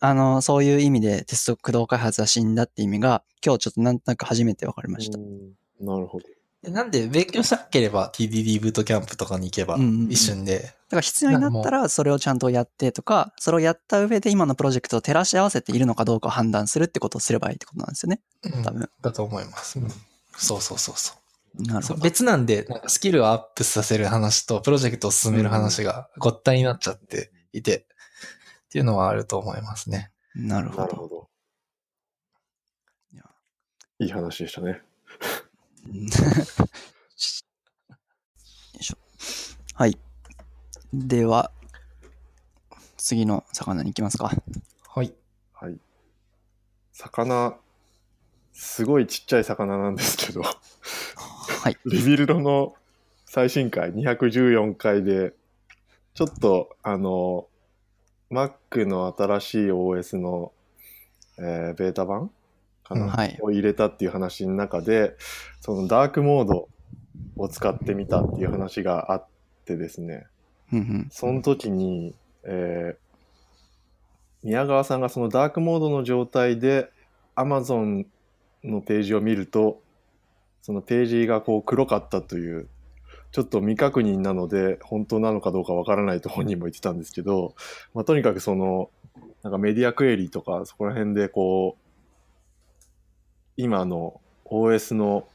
[SPEAKER 1] あの、そういう意味でテスト駆動開発は死んだって意味が、今日ちょっとなんとなく初めてわかりました。
[SPEAKER 2] うんなるほど。
[SPEAKER 3] でなんで勉強したければ TDD ブートキャンプとかに行けば
[SPEAKER 1] うんうんうん
[SPEAKER 3] 一瞬で。
[SPEAKER 1] だから必要になったらそれをちゃんとやってとか、それをやった上で今のプロジェクトを照らし合わせているのかどうかを判断するってことをすればいいってことなんですよね。
[SPEAKER 3] うん
[SPEAKER 1] 多分。
[SPEAKER 3] だと思います。うんそうそうそうそう。
[SPEAKER 1] なる
[SPEAKER 3] そ
[SPEAKER 1] ほ
[SPEAKER 3] う
[SPEAKER 1] ど。
[SPEAKER 3] 別なんで、なんかスキルをアップさせる話とプロジェクトを進める話がごったになっちゃっていて、っていうのはあると思いますね。
[SPEAKER 1] なる
[SPEAKER 2] な
[SPEAKER 1] ほ
[SPEAKER 2] る
[SPEAKER 1] ど。
[SPEAKER 2] ほど
[SPEAKER 1] いや。
[SPEAKER 2] いい話でしたね。
[SPEAKER 1] うん よいしょ。はい。では、次の魚に行きますか。
[SPEAKER 3] はい。
[SPEAKER 2] はい。魚、すごいちっちゃい魚なんですけ ど、
[SPEAKER 1] はい。
[SPEAKER 2] リビルドの最新回214回で、ちょっとあの、Mac の新しい OS の、えーベータ版かな、
[SPEAKER 3] うん
[SPEAKER 1] はい
[SPEAKER 2] を入れたっていう話の中で、そのダークモードを使ってみたっていう話があってですね、
[SPEAKER 1] うんうん
[SPEAKER 2] その時に、えー宮川さんがそのダークモードの状態で Amazon のページを見ると、そのページがこう黒かったという、ちょっと未確認なので、本当なのかどうかわからないと本人も言ってたんですけど、まあ、とにかくその、なんかメディアクエリとか、そこら辺でこう、今の OS の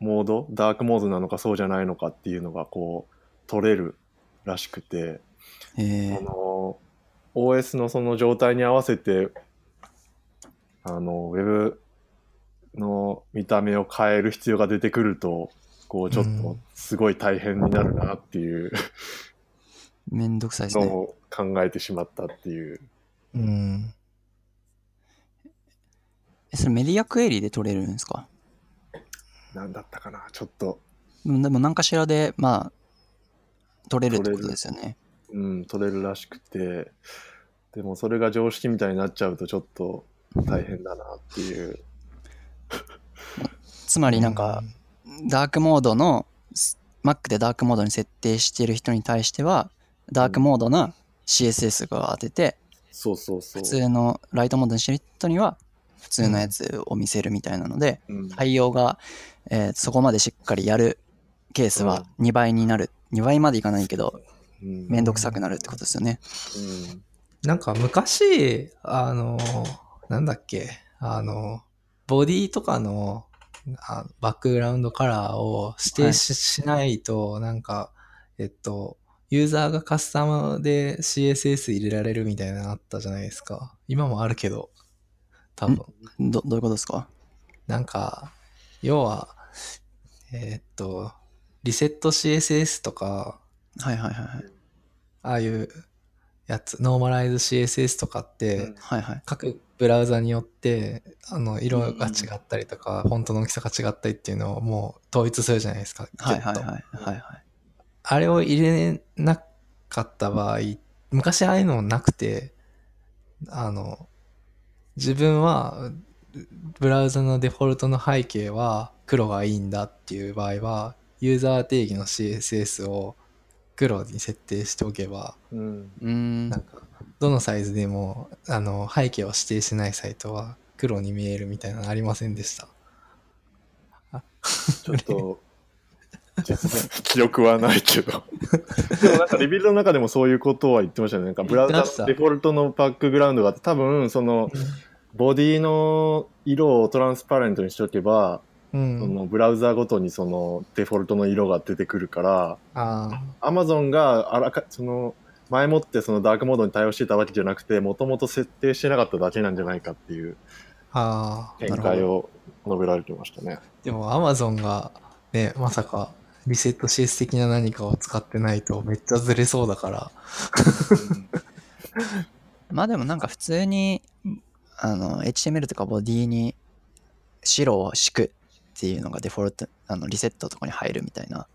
[SPEAKER 2] モード、ダークモードなのかそうじゃないのかっていうのがこう、取れるらしくて、
[SPEAKER 1] え
[SPEAKER 2] あの OS のその状態に合わせてあのウェブの見た目を変える必要が出てくるとこうちょっ
[SPEAKER 3] う
[SPEAKER 2] と
[SPEAKER 3] ん
[SPEAKER 2] すごい大変になるなってい
[SPEAKER 1] ー、
[SPEAKER 2] う
[SPEAKER 1] めんどくさいです
[SPEAKER 2] の
[SPEAKER 1] ね。
[SPEAKER 2] を考えてしまったっていう、
[SPEAKER 3] うん。
[SPEAKER 1] えそれメディアクエリで取れるんですか
[SPEAKER 2] なんだったかなちょっと、
[SPEAKER 1] うんでも何かしらで、まあ、取れるってことですよね。
[SPEAKER 2] うん、取れるらしくてでもそれが常識みたいになっちゃうとちょっと大変だなっていう
[SPEAKER 1] つまりなんか、ダークモードの、s- Mac でダークモードに設定している人に対しては、ダークモードな CSS が当てて、
[SPEAKER 2] そうそうそう
[SPEAKER 1] 普通のライトモードにしてる人には、普通のやつを見せるみたいなので、
[SPEAKER 2] うん
[SPEAKER 1] 対応が、えーそこまでしっかりやるケースは2倍になる。2倍までいかないけど、
[SPEAKER 2] うん
[SPEAKER 1] めんどくさくなるってことですよね。
[SPEAKER 2] うん
[SPEAKER 3] なんか昔、あの、なんだっけ、あの、ボディとかのあバックグラウンドカラーを指定し,、ないと、なんか、えっと、ユーザーがカスタムで CSS 入れられるみたいなのあったじゃないですか。今もあるけど、多分。
[SPEAKER 1] ど、どういうことですか
[SPEAKER 3] なんか、要は、えっと、リセット CSS とか、
[SPEAKER 1] はいはいはいはい。
[SPEAKER 3] ああいうやつ、ノーマライズ CSS とかって、
[SPEAKER 2] うん
[SPEAKER 1] はいはい。
[SPEAKER 3] 各ブラウザによってあの色が違ったりとか、フォントの大きさが違ったりっていうのをもう統一するじゃないですか。
[SPEAKER 1] はいはい
[SPEAKER 3] きっと
[SPEAKER 1] はい。はいはい。
[SPEAKER 3] あれを入れなかった場合、昔ああいうのなくて、あの、自分はブラウザのデフォルトの背景は黒がいいんだっていう場合は、ユーザー定義の CSS を黒に設定しておけば、
[SPEAKER 2] うん
[SPEAKER 1] うーん
[SPEAKER 3] な。んか、どのサイズでも、あの、背景を指定しないサイトは黒に見えるみたいなのありませんでした。
[SPEAKER 2] ちょっ と、記憶はないけど。でもなんかリビルドの中でもそういうことは言ってましたね。なんかブラウザ
[SPEAKER 3] 言ってました
[SPEAKER 2] のデフォルトのバックグラウンドがあって、多分そのボディの色をトランスパレントにしておけば、
[SPEAKER 3] うん。
[SPEAKER 2] そのブラウザごとにそのデフォルトの色が出てくるから、
[SPEAKER 3] あ
[SPEAKER 2] Amazon があらか、その前もってそのダークモードに対応してたわけじゃなくて、もともと設定してなかっただけなんじゃないかっていう
[SPEAKER 3] あ。ああ。
[SPEAKER 2] 見解を述べられてましたね。
[SPEAKER 3] でも Amazon がね、まさかリセットシース的な何かを使ってないとめっちゃずれそうだから。
[SPEAKER 1] まあでもなんか普通に、あの、HTML とかボディに白を敷くっていうのがデフォルト、あの、リセットとかに入るみたいな、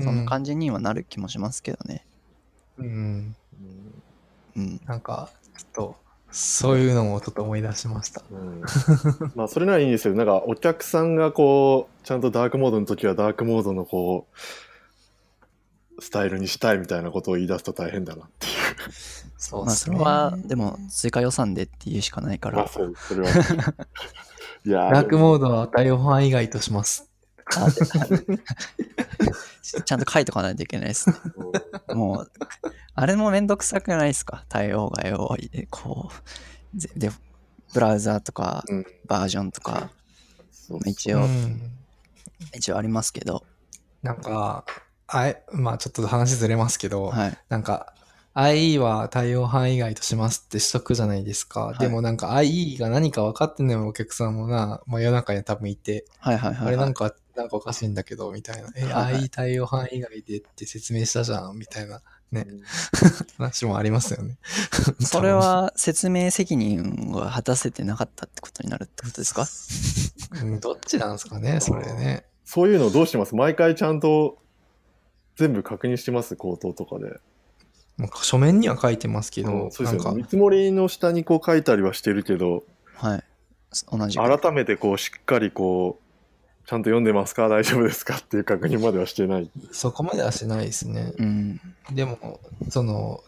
[SPEAKER 1] そんな感じにはなる気もしますけどね。
[SPEAKER 3] うん。
[SPEAKER 1] うん。
[SPEAKER 3] なんか、ちょっと、そういうのもちょっと思い出しました。
[SPEAKER 2] うん、まあそれならいいんですけどなんかお客さんがこうちゃんとダークモードの時はダークモードのこうスタイルにしたいみたいなことを言い出すと大変だなっていう
[SPEAKER 3] そう
[SPEAKER 1] ま
[SPEAKER 3] で
[SPEAKER 1] あ
[SPEAKER 3] す
[SPEAKER 1] そ
[SPEAKER 3] ね。
[SPEAKER 1] れは、でも追加予算でっていうしかないか
[SPEAKER 2] まあ
[SPEAKER 1] ら。
[SPEAKER 2] そうそれはいや
[SPEAKER 3] ダーク
[SPEAKER 2] ー
[SPEAKER 3] モードは対応範囲外とします。
[SPEAKER 1] あでちゃんと書いとかないといけないですね。
[SPEAKER 2] ド
[SPEAKER 1] もう、あれもめんどくさくないですか対応が多いで、こう、ぜで、ブラウザーとか
[SPEAKER 2] うん
[SPEAKER 1] バージョンとか、
[SPEAKER 2] そう
[SPEAKER 1] 一
[SPEAKER 3] う
[SPEAKER 1] 応、
[SPEAKER 3] ん。
[SPEAKER 1] 一応ありますけど、
[SPEAKER 3] なんか、あえ、まあちょっと話ずれますけど、
[SPEAKER 1] はい。
[SPEAKER 3] なんか IE は対応範囲外としますってしとくじゃないですか。
[SPEAKER 1] い
[SPEAKER 3] でもなんか IE が何か分かってんのよ、お客さんもな、真夜中に多分いて、
[SPEAKER 1] はいはいはい、はい。
[SPEAKER 3] あれなんか、なんかおかしいんだけど、みたいな。え、
[SPEAKER 1] はいはい
[SPEAKER 3] IE 対応範囲外でって説明したじゃん、みたいなね
[SPEAKER 2] う、
[SPEAKER 3] 話もありますよね。
[SPEAKER 1] それは説明責任を果たせてなかったってことになるってことですか
[SPEAKER 3] うんどっちなんですかね、それね。
[SPEAKER 2] そういうのどうしてます毎回ちゃんと全部確認してます口頭とかで、
[SPEAKER 3] もう書面には書いてますけど、
[SPEAKER 2] うんそう
[SPEAKER 3] な
[SPEAKER 2] で
[SPEAKER 3] ん
[SPEAKER 2] す
[SPEAKER 3] か
[SPEAKER 2] よ、ね見積もりの下にこう書いたりはしてるけど
[SPEAKER 1] はい。同じく。
[SPEAKER 2] 改めてこうしっかりこうちゃんと読んでますか大丈夫ですかっていう確認まではしてない
[SPEAKER 3] そこまではしないですね。
[SPEAKER 1] うん。
[SPEAKER 3] でも、その、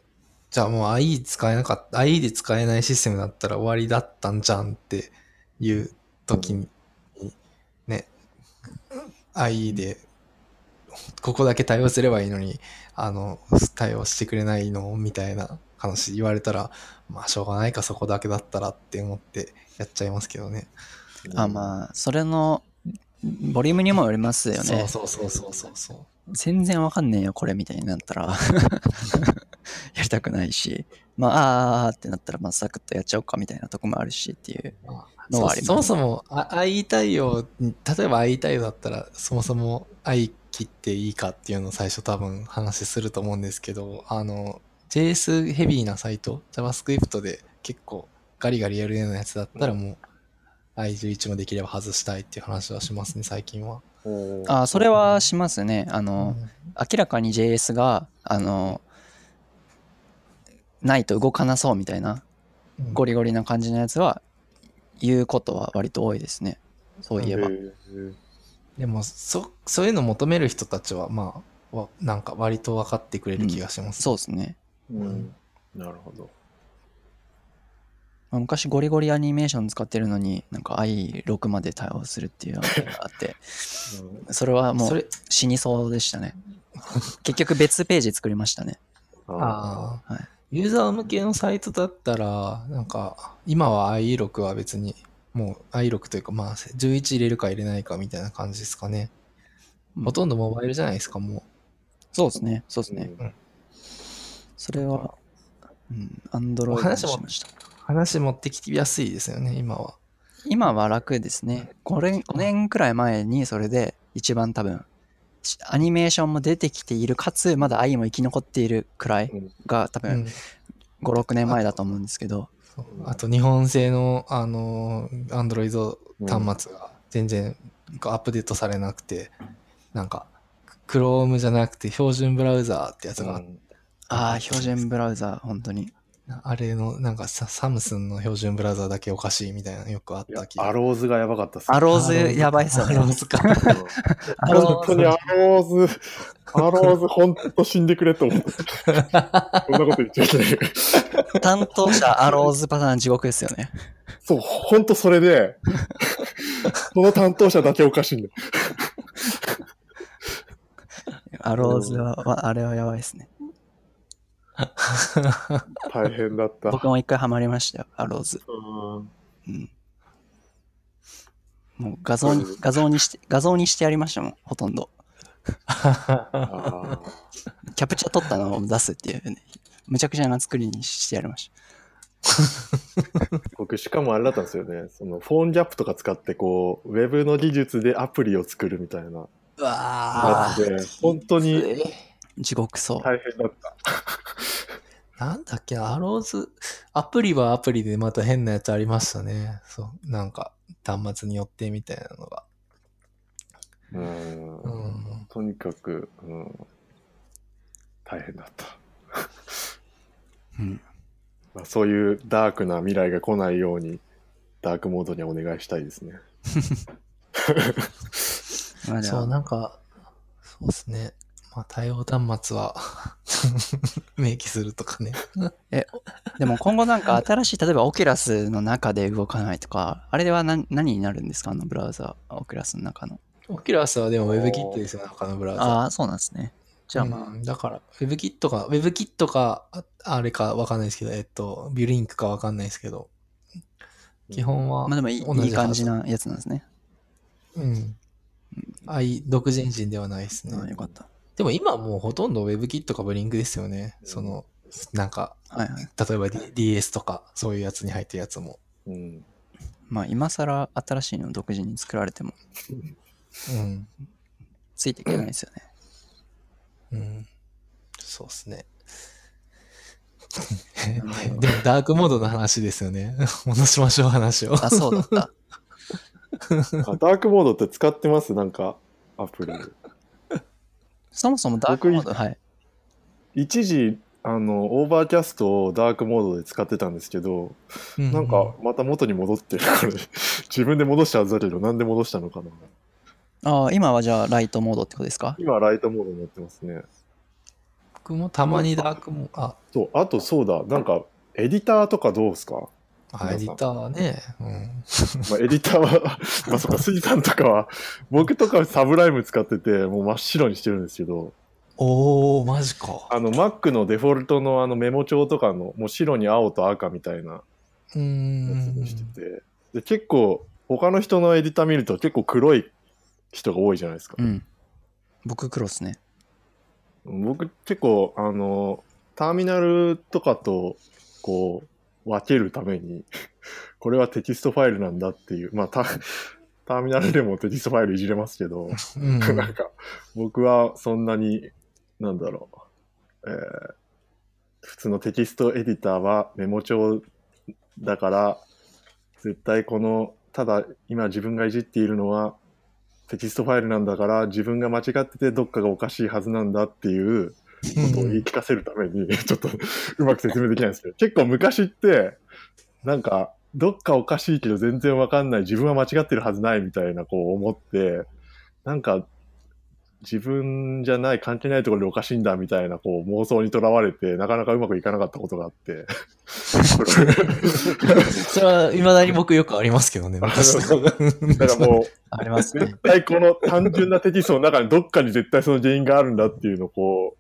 [SPEAKER 3] じゃあもう IE 使えなかった、IE で使えないシステムだったら終わりだったんじゃんっていう時に、ね、IE で、ここだけ対応すればいいのに、あの、対応してくれないのみたいな話言われたら、まあしょうがないかそこだけだったらって思ってやっちゃいますけどね。
[SPEAKER 1] あ、まあ、それの、ボリュームにもよりますよね。
[SPEAKER 3] そうそうそうそうそう。
[SPEAKER 1] 全然わかんねえよ、これみたいになったら。 やりたくないし、まあ、あーあーってなったら、まあ、サクッとやっちゃおうかみたいなとこもあるしっていう。のはあります
[SPEAKER 3] そうそもそもあ IE 対応に例えば IE 対応だったらそもそも IE 切っていいかっていうのを最初多分話すると思うんですけどあの JS ヘビーなサイト JavaScript で結構ガリガリやるようなやつだったらもう IE11 もできれば外したいっていう話はしますね最近は、
[SPEAKER 2] おー
[SPEAKER 1] あーそれはしますね。あの、
[SPEAKER 3] うん
[SPEAKER 1] 明らかに JS が、あの、ないと動かなそうみたいなゴリゴリな感じのやつは言うことは割と多いですね。そういえば
[SPEAKER 2] へ。ー
[SPEAKER 3] でもそそういうの求める人たちはまあわなんか割と分かってくれる気がします、
[SPEAKER 1] そうですね。
[SPEAKER 2] うん、なるほど。
[SPEAKER 1] まあ昔ゴリゴリアニメーション使ってるのになんか i6 まで対応するっていうのがあって、 それはも
[SPEAKER 3] そうれ
[SPEAKER 1] 死にそうでしたね。結局別ページ作りましたね。
[SPEAKER 2] あ
[SPEAKER 3] ああ、
[SPEAKER 1] はい
[SPEAKER 3] ユーザー向けのサイトだったら、なんか、今は IE6 は別に、もう IE6 というか、まあ、11入れるか入れないかみたいな感じですかね。
[SPEAKER 1] うん
[SPEAKER 3] ほとんどモバイルじゃないですか、も
[SPEAKER 1] そうですね。そうです
[SPEAKER 2] ー
[SPEAKER 1] ね。それは、うん、アンドロイドに
[SPEAKER 3] 話も
[SPEAKER 1] しました。
[SPEAKER 3] う。話持ってきやすいですよね、今は。
[SPEAKER 1] 今は楽ですね。5年 ,5 年くらい前にそれで一番多分、しアニメーションも出てきている、かつまだ i も生き残っているくらいが多
[SPEAKER 3] う
[SPEAKER 1] 分
[SPEAKER 3] ん
[SPEAKER 1] 5、6年前だと思うんですけど、
[SPEAKER 3] そうあと、日本製の、あの、Android 端末が全然アップデートされなくて、なんか、Chrome じゃなくて標準ブラウザーってやつがあっ
[SPEAKER 2] うん
[SPEAKER 1] ああ、標準ブラウザ、本当に。
[SPEAKER 3] あれの、なんかさ、サムスンの標準ブラウザだけおかしいみたいなのよくあっ
[SPEAKER 2] いや
[SPEAKER 3] た気
[SPEAKER 2] ア
[SPEAKER 3] が。
[SPEAKER 2] ローズがやばかったっすね
[SPEAKER 1] アローズやばいっすよ
[SPEAKER 3] ア
[SPEAKER 1] ね
[SPEAKER 3] ロ。ーズか。
[SPEAKER 1] アローズ
[SPEAKER 2] 本当にアローズ、アローズ、本当死んでくれと 思って。そんなこと言っちゃいけない。
[SPEAKER 1] 担当者アローズパターン地獄ですよね。
[SPEAKER 2] そう、本当それで、その担当者だけおかしいんだよ。
[SPEAKER 1] アローズは、わあれはやばいですね。
[SPEAKER 2] 大変だった。
[SPEAKER 1] 僕も一回ハマりましたよ、アローズ。
[SPEAKER 2] うん
[SPEAKER 1] うん。もう画像に、画像にして、画像にしてやりましたもん、ほとんど。
[SPEAKER 2] あ
[SPEAKER 1] キャプチャ撮ったのを出すっていうね。むちゃくちゃな作りにしてやりまし
[SPEAKER 2] ー僕、しかもあれだったんですよね。その、フォンギャップとか使って、こう、ウェブの技術でアプリを作るみたいな
[SPEAKER 3] うわ
[SPEAKER 2] や
[SPEAKER 1] あ
[SPEAKER 2] つで、本当
[SPEAKER 3] ー
[SPEAKER 2] に
[SPEAKER 1] た。地獄そう。
[SPEAKER 2] 大変だった。
[SPEAKER 3] なんだっけな、アローズ、アプリはアプリでまた変なやつありましたね。そう、なんか、端末によってみたいなのが。
[SPEAKER 2] うん
[SPEAKER 3] うん
[SPEAKER 2] とにかく、うん、大変だった。
[SPEAKER 1] うん。
[SPEAKER 2] まあ、そういうダークな未来が来ないように、ダークモードにはお願いしたいですね。
[SPEAKER 1] 今で
[SPEAKER 3] そう、
[SPEAKER 1] は、
[SPEAKER 3] なんか、そうですね。まあ、対応端末は、 明記するとかね。
[SPEAKER 1] でも今後なんか新しい、例えばオキュラスの中で動かないとか、あれでは何何になるんですかあのブラウザ、オキュラスの中の。
[SPEAKER 3] オキュラスはでも WebKit ですよね、他のブラウザ。
[SPEAKER 1] ああ、そうなんですね。じゃあまあ、
[SPEAKER 3] うんだから、WebKit か、WebKit か、ああれかわかんないですけど、えっと、ビューリンクかわかんないですけど、基本は、
[SPEAKER 1] まあでもいい
[SPEAKER 3] 同じ
[SPEAKER 1] いい感じ
[SPEAKER 3] は
[SPEAKER 1] なやつなんですね。
[SPEAKER 3] ず。うん。あい、独自エンジンではないですね。
[SPEAKER 1] うんよかった。
[SPEAKER 3] でも今もうほとんど WebKit とかブリンクですよね。
[SPEAKER 2] うん
[SPEAKER 3] その、なんか、
[SPEAKER 1] はいはい。
[SPEAKER 3] 例えば、D、DS とか、そういうやつに入ってるやつも。
[SPEAKER 2] うん。
[SPEAKER 1] まあ今更新しいの独自に作られても
[SPEAKER 3] うん。
[SPEAKER 1] ついていけないですよ ね。
[SPEAKER 3] うん。そうっすね。
[SPEAKER 1] るほど
[SPEAKER 3] でもダークモードの話ですよね。 戻しましょう話を。
[SPEAKER 1] あ、そうだった。
[SPEAKER 2] あダークモードって使ってますなんか、アプリ。
[SPEAKER 1] そもそもダークモード、はい。
[SPEAKER 2] 一時、あの、オーバーキャストをダークモードで使ってたんですけど、なんか、また元に戻ってるから、自分で戻したはずだけど、なんで戻したのかな。
[SPEAKER 1] ああ、今はじゃあライトモードってことですか
[SPEAKER 2] 今、ライトモードになってますね。
[SPEAKER 3] 僕もたまにダークモード、あ、
[SPEAKER 2] そう、あとそうだ、なんか、エディターとかどうですか、
[SPEAKER 3] あエディターはね、うん。
[SPEAKER 2] まあ、エディターは、 まあ、そっか、杉さんとかは、僕とかサブライム使ってて、もう真っ白にしてるんですけど、
[SPEAKER 3] おー、マジか。
[SPEAKER 2] あの、Mac のデフォルトのあのメモ帳とかの、もう白に青と赤みたいな
[SPEAKER 3] うー
[SPEAKER 2] やつ
[SPEAKER 3] ん
[SPEAKER 2] に。してて、で結構、他の人のエディター見ると結構黒い人が多いじゃないですか
[SPEAKER 1] う。ん。僕黒っすね。
[SPEAKER 2] 僕結構あのターミナルとかとこう分けるために これはテキストファイルなんだっていうまあタ ターミナルでもテキストファイルいじれますけど、
[SPEAKER 3] うん。
[SPEAKER 2] なんか僕はそんなになんだろう、えー普通のテキストエディターはメモ帳だから絶対このただ今自分がいじっているのはテキストファイルなんだから自分が間違っててどっかがおかしいはずなんだっていうことを言い聞かせるために、 ちょっとうまく説明できないんですけど、結構昔って、なんか、どっかおかしいけど全然わかんない、自分は間違ってるはずないみたいな、こう思って、なんか、自分じゃない、関係ないところでおかしいんだみたいな、こう妄想にとらわれて、なかなかうまくいかなかったことがあって。
[SPEAKER 3] それは、未だに僕よくありますけどね、昔の。
[SPEAKER 2] だからもう、
[SPEAKER 1] ありますね
[SPEAKER 2] 絶。対この単純なテキストの中にどっかに絶対その原因があるんだっていうのをこう、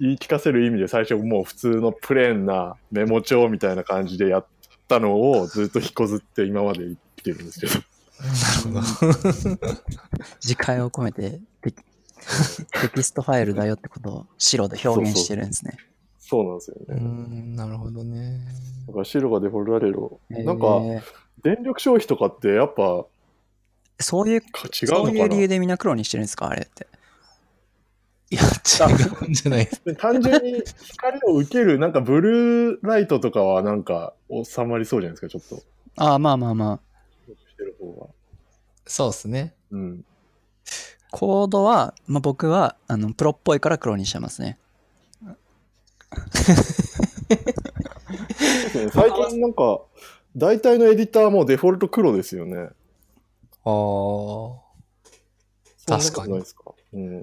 [SPEAKER 2] 言い聞かせる意味で最初もう普通のプレーンなメモ帳みたいな感じでやったのをずっと引っこずって今まで生きてるんですけど。
[SPEAKER 3] なるほど。
[SPEAKER 1] 次回を込めて テキテキストファイルだよってことを白で表現してるんですね。
[SPEAKER 2] そうなんですよ
[SPEAKER 3] うー
[SPEAKER 2] ね。
[SPEAKER 3] ん、なるほどね。
[SPEAKER 2] だから白がデフォルトだけど、なん
[SPEAKER 1] へえ
[SPEAKER 2] か電力消費とかってやっぱ
[SPEAKER 1] そういう、
[SPEAKER 2] 違うの
[SPEAKER 1] そう
[SPEAKER 2] か
[SPEAKER 1] いう
[SPEAKER 2] な
[SPEAKER 1] 理由でみんな黒にしてるんですかあれって。
[SPEAKER 3] いや、違うんじゃない
[SPEAKER 2] で単純に光を受ける、なんかブルーライトとかはなんか収まりそうじゃないですか、ちょっと。
[SPEAKER 1] ああ、まあまあまあ。
[SPEAKER 2] してる方が。
[SPEAKER 3] そうですね。
[SPEAKER 2] うん。
[SPEAKER 1] コードは、まあ、僕はあのプロっぽいから黒にしてますね。
[SPEAKER 2] ですね。 最近なんか、大体のエディターもデフォルト黒ですよね。
[SPEAKER 3] あー
[SPEAKER 2] そんなこと
[SPEAKER 3] 確かに
[SPEAKER 2] ないですか。うん。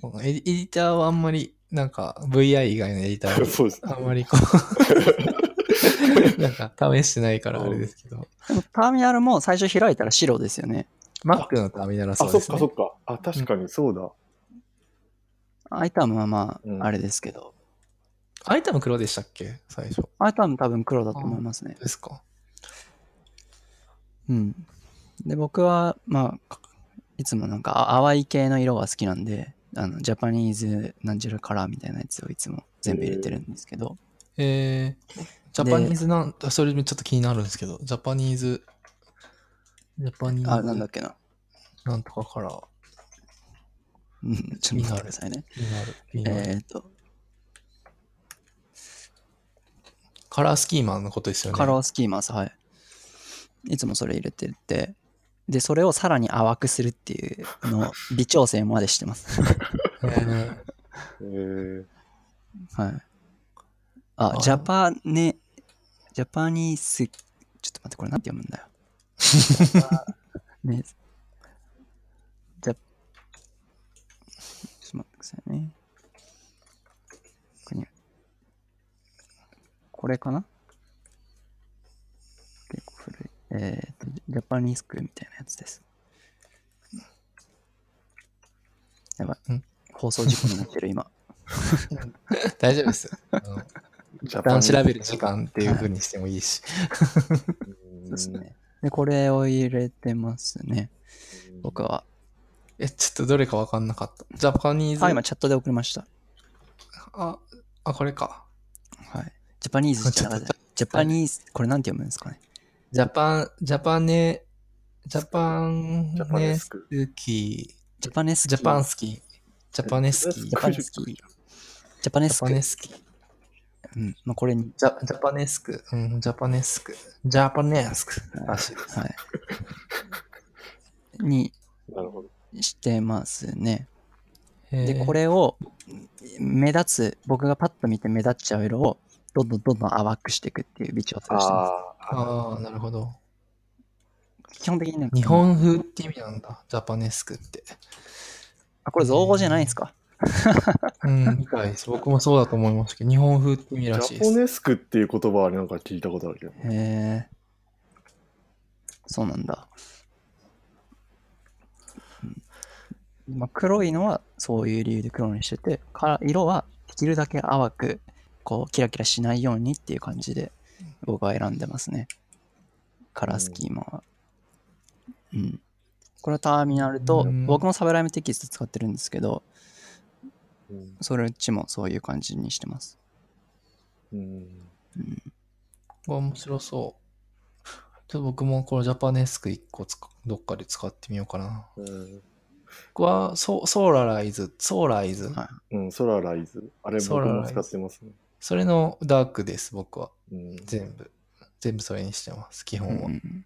[SPEAKER 3] このエディエディターはあんまり、なんか VI 以外のエディター
[SPEAKER 2] そうです。
[SPEAKER 3] は、あんまりこ う、なんか試してないからあれですけど、
[SPEAKER 1] でもターミナルも最初開いたら白ですよね。
[SPEAKER 3] Mac のターミナルはそ
[SPEAKER 2] あ、
[SPEAKER 3] う
[SPEAKER 2] そ
[SPEAKER 3] で
[SPEAKER 2] っ
[SPEAKER 3] す、ね。
[SPEAKER 2] かそっか。あ、確かにそうだ。
[SPEAKER 1] アイタムはま
[SPEAKER 2] うん
[SPEAKER 1] あ、あれですけど。
[SPEAKER 3] アイテム黒でしたっけ最初。
[SPEAKER 1] アイタム多分黒だと思いますね。
[SPEAKER 3] ですか。
[SPEAKER 1] うん。で、僕は、まあ、いつもなんかあ淡い系の色が好きなんで、あのジャパニーズなんちゃらカラーみたいなやつをいつも全部入れてるんですけど、
[SPEAKER 3] えー、ジャパニーズなん、あそれちょっと気になるんですけど、ジャパニーズ、ジャパニー
[SPEAKER 1] あ、
[SPEAKER 3] ズ、
[SPEAKER 1] なんだっけな。
[SPEAKER 3] なんとかから気
[SPEAKER 1] うんちょっと待ってくださいね。
[SPEAKER 3] になる。気になる
[SPEAKER 1] えーっと、
[SPEAKER 3] カラースキーマーのことですよね。
[SPEAKER 1] カラースキーマス、はい。いつもそれ入れてて、で、それをさらに淡くするっていうのを微調整までしてます。
[SPEAKER 3] え
[SPEAKER 2] えー、
[SPEAKER 1] はい。あ
[SPEAKER 3] あ、
[SPEAKER 1] ジャパネ、ジャパニース、ちょっと待って、これなんて読むんだよ。ね、じゃ、ちょっと待ってくださいね。これにこれかな結構古い。えっ、と、ジャパニースクみたいなやつです。やばい
[SPEAKER 3] ん。
[SPEAKER 1] 放送事故になってる今。
[SPEAKER 3] ー大丈夫ですよ。あの
[SPEAKER 2] ジャ
[SPEAKER 3] 一旦調べる時間っていうふうにしてもいいし。
[SPEAKER 1] そうですね。で、これを入れてますね。僕は。
[SPEAKER 3] え、ちょっとどれかわかんなかった。ジャパニーズ。
[SPEAKER 1] あ、今チャットで送りました。
[SPEAKER 3] あ、あこれか。
[SPEAKER 1] はい。ジャパニーズじゃ なくて、ジャパニーズ、これなんて読むんですかね。
[SPEAKER 3] ジャパン、ジャパネ、ジャパン
[SPEAKER 2] ジャパネ
[SPEAKER 3] ネ
[SPEAKER 2] ス
[SPEAKER 3] ス
[SPEAKER 2] ク
[SPEAKER 3] キー、
[SPEAKER 1] ジャパネスキ
[SPEAKER 3] ジ
[SPEAKER 1] ー。
[SPEAKER 3] ャパンスキー、ジャパネスキー、
[SPEAKER 1] ジャパネスキー。ジャパネ
[SPEAKER 3] ジ
[SPEAKER 1] ス
[SPEAKER 3] ャパ
[SPEAKER 1] ク。
[SPEAKER 3] ネスキー。
[SPEAKER 1] うん。まあ、これに。
[SPEAKER 3] ジャジャパネスク、うん、ジャパネスク、ジャパネスクらしいです。
[SPEAKER 1] はい。に
[SPEAKER 2] なるほど。
[SPEAKER 1] してますね。で、
[SPEAKER 3] へー
[SPEAKER 1] こ、れを、目立つ、僕がパッと見て目立っちゃう色を、どんどんどんどん淡くしていくっていう微調整をしてま
[SPEAKER 2] ああ。
[SPEAKER 3] ああ、なるほど。
[SPEAKER 1] す。基本的になんか
[SPEAKER 3] 日本風って意味なんだ、ジャパネスクって。
[SPEAKER 1] あ、これ造語じゃないですか。
[SPEAKER 3] うん、みたいです。僕もそうだと思いますけど、日本風って意味らし
[SPEAKER 2] ジ
[SPEAKER 3] い
[SPEAKER 2] ャ
[SPEAKER 3] で
[SPEAKER 2] ポ
[SPEAKER 3] す。
[SPEAKER 2] ネスクっていう言葉はなんか聞いたことあるけど。
[SPEAKER 1] へえ。そうなんだ。うんまあ、黒いのはそういう理由で黒にしてて、か色はできるだけ淡く、こう、キラキラしないようにっていう感じで、僕は選んでますね。カラースキーマは。うん。これはターミナルと、
[SPEAKER 3] うん
[SPEAKER 1] 僕もサブライムテキスト使ってるんですけど、
[SPEAKER 2] うん
[SPEAKER 1] それうちもそういう感じにしてます。
[SPEAKER 2] うん
[SPEAKER 1] うん、
[SPEAKER 3] わ面白そう。ちょっと僕もこのジャパネスク1個つかどっかで使ってみようかな。
[SPEAKER 2] うん
[SPEAKER 3] 僕はソソーラライズ、ソーライズ。
[SPEAKER 1] はい
[SPEAKER 2] うん、ソラライズ。あれ、僕
[SPEAKER 3] ソラ
[SPEAKER 2] も
[SPEAKER 3] ライズ
[SPEAKER 2] 使ってますね。
[SPEAKER 3] それのダークです、僕は。
[SPEAKER 2] うん、
[SPEAKER 3] 全部。全部それにしてます、基本は。
[SPEAKER 1] うん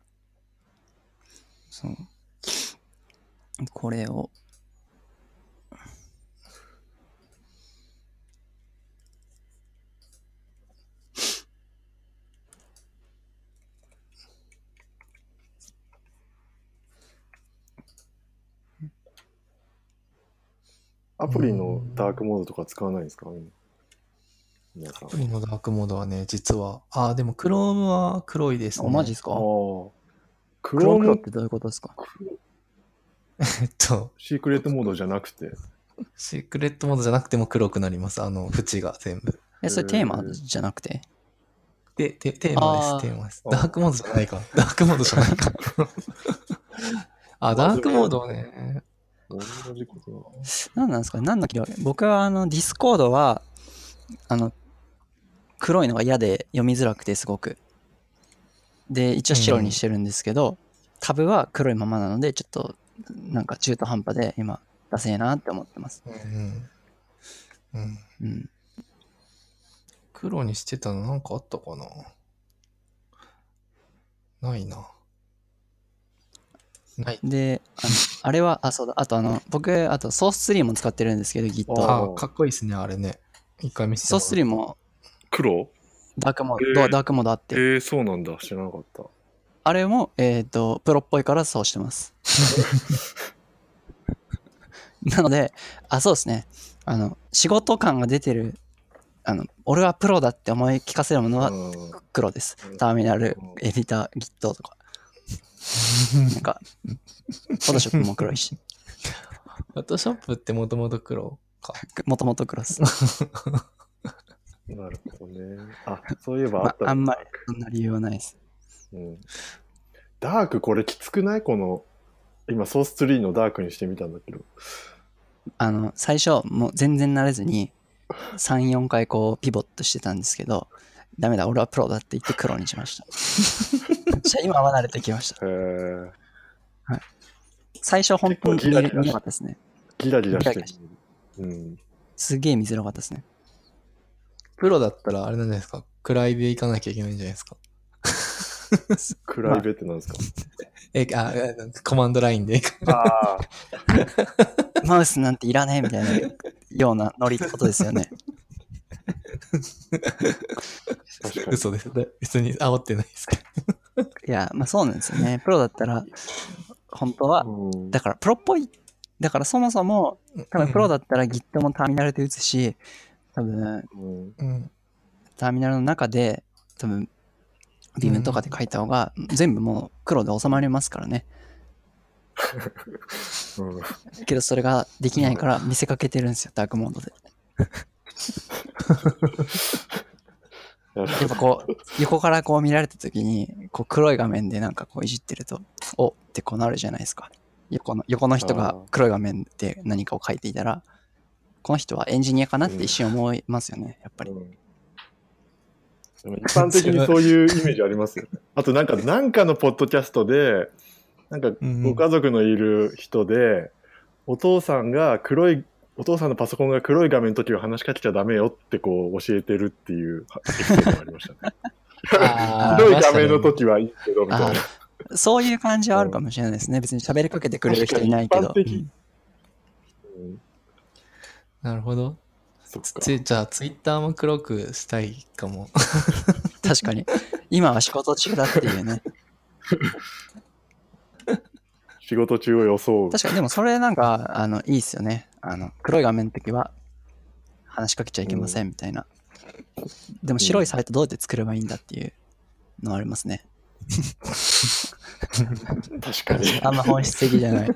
[SPEAKER 1] そう。これを。
[SPEAKER 2] アプリのダークモードとか使わないんですか今皆さん
[SPEAKER 3] アプリのダークモードはね、実は。ああ、でも Chrome は黒いです
[SPEAKER 1] あ、
[SPEAKER 3] ね。
[SPEAKER 1] マジですか
[SPEAKER 2] ああ。ク
[SPEAKER 1] 黒
[SPEAKER 2] ロー
[SPEAKER 1] 黒
[SPEAKER 2] ム
[SPEAKER 1] ってどういうことですか
[SPEAKER 3] えっと、
[SPEAKER 2] シークレットモードじゃなくて。
[SPEAKER 3] シークレットモードじゃなくても黒くなります。あの、縁が全部。
[SPEAKER 1] え、それテーマじゃなくて
[SPEAKER 3] で、テテーマ
[SPEAKER 1] あー
[SPEAKER 3] です、テーマです。
[SPEAKER 2] あー
[SPEAKER 3] ダークモードじゃないか。ダークモードじゃないか。あ、ダークモードはね、
[SPEAKER 2] 同じこと
[SPEAKER 1] 何なんですか何の色僕はあの、ディスコードは、あの、黒いのが嫌で読みづらくてすごく。で、一応白にしてるんですけど、タブは黒いままなので、ちょっと、なんか中途半端で今、ダセえなって思ってます。
[SPEAKER 3] うんうんうん、
[SPEAKER 1] うん。
[SPEAKER 3] 黒にしてたのなんかあったかなないな。ない。
[SPEAKER 1] で、あのあれは、あ、そうだ、あとあの、僕、あとソース3も使ってるんですけど、Git
[SPEAKER 2] あー
[SPEAKER 3] あ、かっこいいですね、あれね。一回見せて
[SPEAKER 1] ソース3も
[SPEAKER 2] 黒
[SPEAKER 1] ダークモー
[SPEAKER 2] え
[SPEAKER 1] ド、
[SPEAKER 2] ー
[SPEAKER 1] ダークモードあって。
[SPEAKER 2] えー、そうなんだ。知らなかった。
[SPEAKER 1] あれも、えっ、と、プロっぽいからそうしてます。 なので、あ、そうですね。あの、仕事感が出てる、あの、俺はプロだって思い聞かせるものは
[SPEAKER 2] うん
[SPEAKER 1] 黒です
[SPEAKER 2] うん。
[SPEAKER 1] ターミナル
[SPEAKER 2] うん、
[SPEAKER 1] エディター、Git とか。なんか、 フォトショップも黒いし、
[SPEAKER 3] フォトショップってもともと黒か。
[SPEAKER 1] もともと黒です。
[SPEAKER 2] なるほどね。あ、そういえばあ
[SPEAKER 1] ま
[SPEAKER 2] ったね
[SPEAKER 1] あんまり
[SPEAKER 2] ダーク
[SPEAKER 1] そんな理由はないです。
[SPEAKER 2] うんダークこれきつくないこの、今ソースツリーのダークにしてみたんだけど。
[SPEAKER 1] あの、最初、もう全然慣れずに、3、4回こう、ピボットしてたんですけど、ダメだ、俺はプロだって言って黒にしました。じゃあ今は慣れてきました。
[SPEAKER 2] へー
[SPEAKER 1] 最初、本当に
[SPEAKER 2] 結
[SPEAKER 1] 見
[SPEAKER 2] 構ギラ
[SPEAKER 1] れ
[SPEAKER 2] ギラ
[SPEAKER 1] 見なかったですね。
[SPEAKER 2] ギラギラして
[SPEAKER 1] ギ
[SPEAKER 2] る
[SPEAKER 1] ラギ。
[SPEAKER 2] うん。
[SPEAKER 1] すげえ見づらかったですね。
[SPEAKER 3] プロだったらあれなんじゃないですか。暗い部行かなきゃいけないんじゃないですか。
[SPEAKER 2] 暗いベッドなんですか。
[SPEAKER 3] え、あ、えコマンドラインで。
[SPEAKER 2] ああ。
[SPEAKER 1] マウスなんていらねえみたいなようなノリってことですよね。
[SPEAKER 2] 確かに。
[SPEAKER 3] 嘘です。別に煽ってないですけど。
[SPEAKER 1] いや、まあそうなんですよね。プロだったら、本当は、
[SPEAKER 2] うん
[SPEAKER 1] だからプロっぽい。だからそもそも、多分プロだったら Git もターミナルで打つし、多分
[SPEAKER 2] うん
[SPEAKER 3] うん。
[SPEAKER 1] ターミナルの中で、多分ビームとかで書いた方が、全部もう黒で収まりますからね。
[SPEAKER 2] うん
[SPEAKER 1] けどそれができないから見せかけてるんですよ、ダークモードで。
[SPEAKER 2] なる
[SPEAKER 1] やっぱこう、横からこう見られた時に、こう黒い画面でなんかこういじってると、おってこうなるじゃないですか。横の横の人
[SPEAKER 2] あ
[SPEAKER 1] が
[SPEAKER 2] ー
[SPEAKER 1] 黒い画面で何かを書いていたら、この人はエンジニアかなって一瞬思いますよね、やっぱり。
[SPEAKER 2] うんでも一般的にそういうイメージありますよね。 あとなんか、なんかのポッドキャストで、なんか
[SPEAKER 3] うん
[SPEAKER 2] ご家族のいる人で、お父さんが黒い、お父さんのパソコンが黒い画面の時は話しかけちゃダメよってこう教えてるっていうエピソードがありました ね。
[SPEAKER 3] あ
[SPEAKER 2] 黒い画面の時はいいけどみたいな。
[SPEAKER 1] あーそういう感じはあるかもしれないですね。別に喋りかけてくれる人いないけど
[SPEAKER 2] 確。かに一般
[SPEAKER 1] う
[SPEAKER 2] 的
[SPEAKER 1] ん
[SPEAKER 2] うん
[SPEAKER 3] なるほど。
[SPEAKER 2] そっか。
[SPEAKER 3] つじゃあ、ツイッターも黒くしたいかも。
[SPEAKER 1] 確かに。今は仕事中だっていうね。
[SPEAKER 2] 仕事中を装う。
[SPEAKER 1] 確かに、でもそれなんか、あの、いいっすよね。あの、黒い画面の時は、話しかけちゃいけませんみたいな。でも白いサイトどうやって作ればいいんだっていうのはありますね。
[SPEAKER 2] 確かに。
[SPEAKER 1] あんま本質的じ ゃない。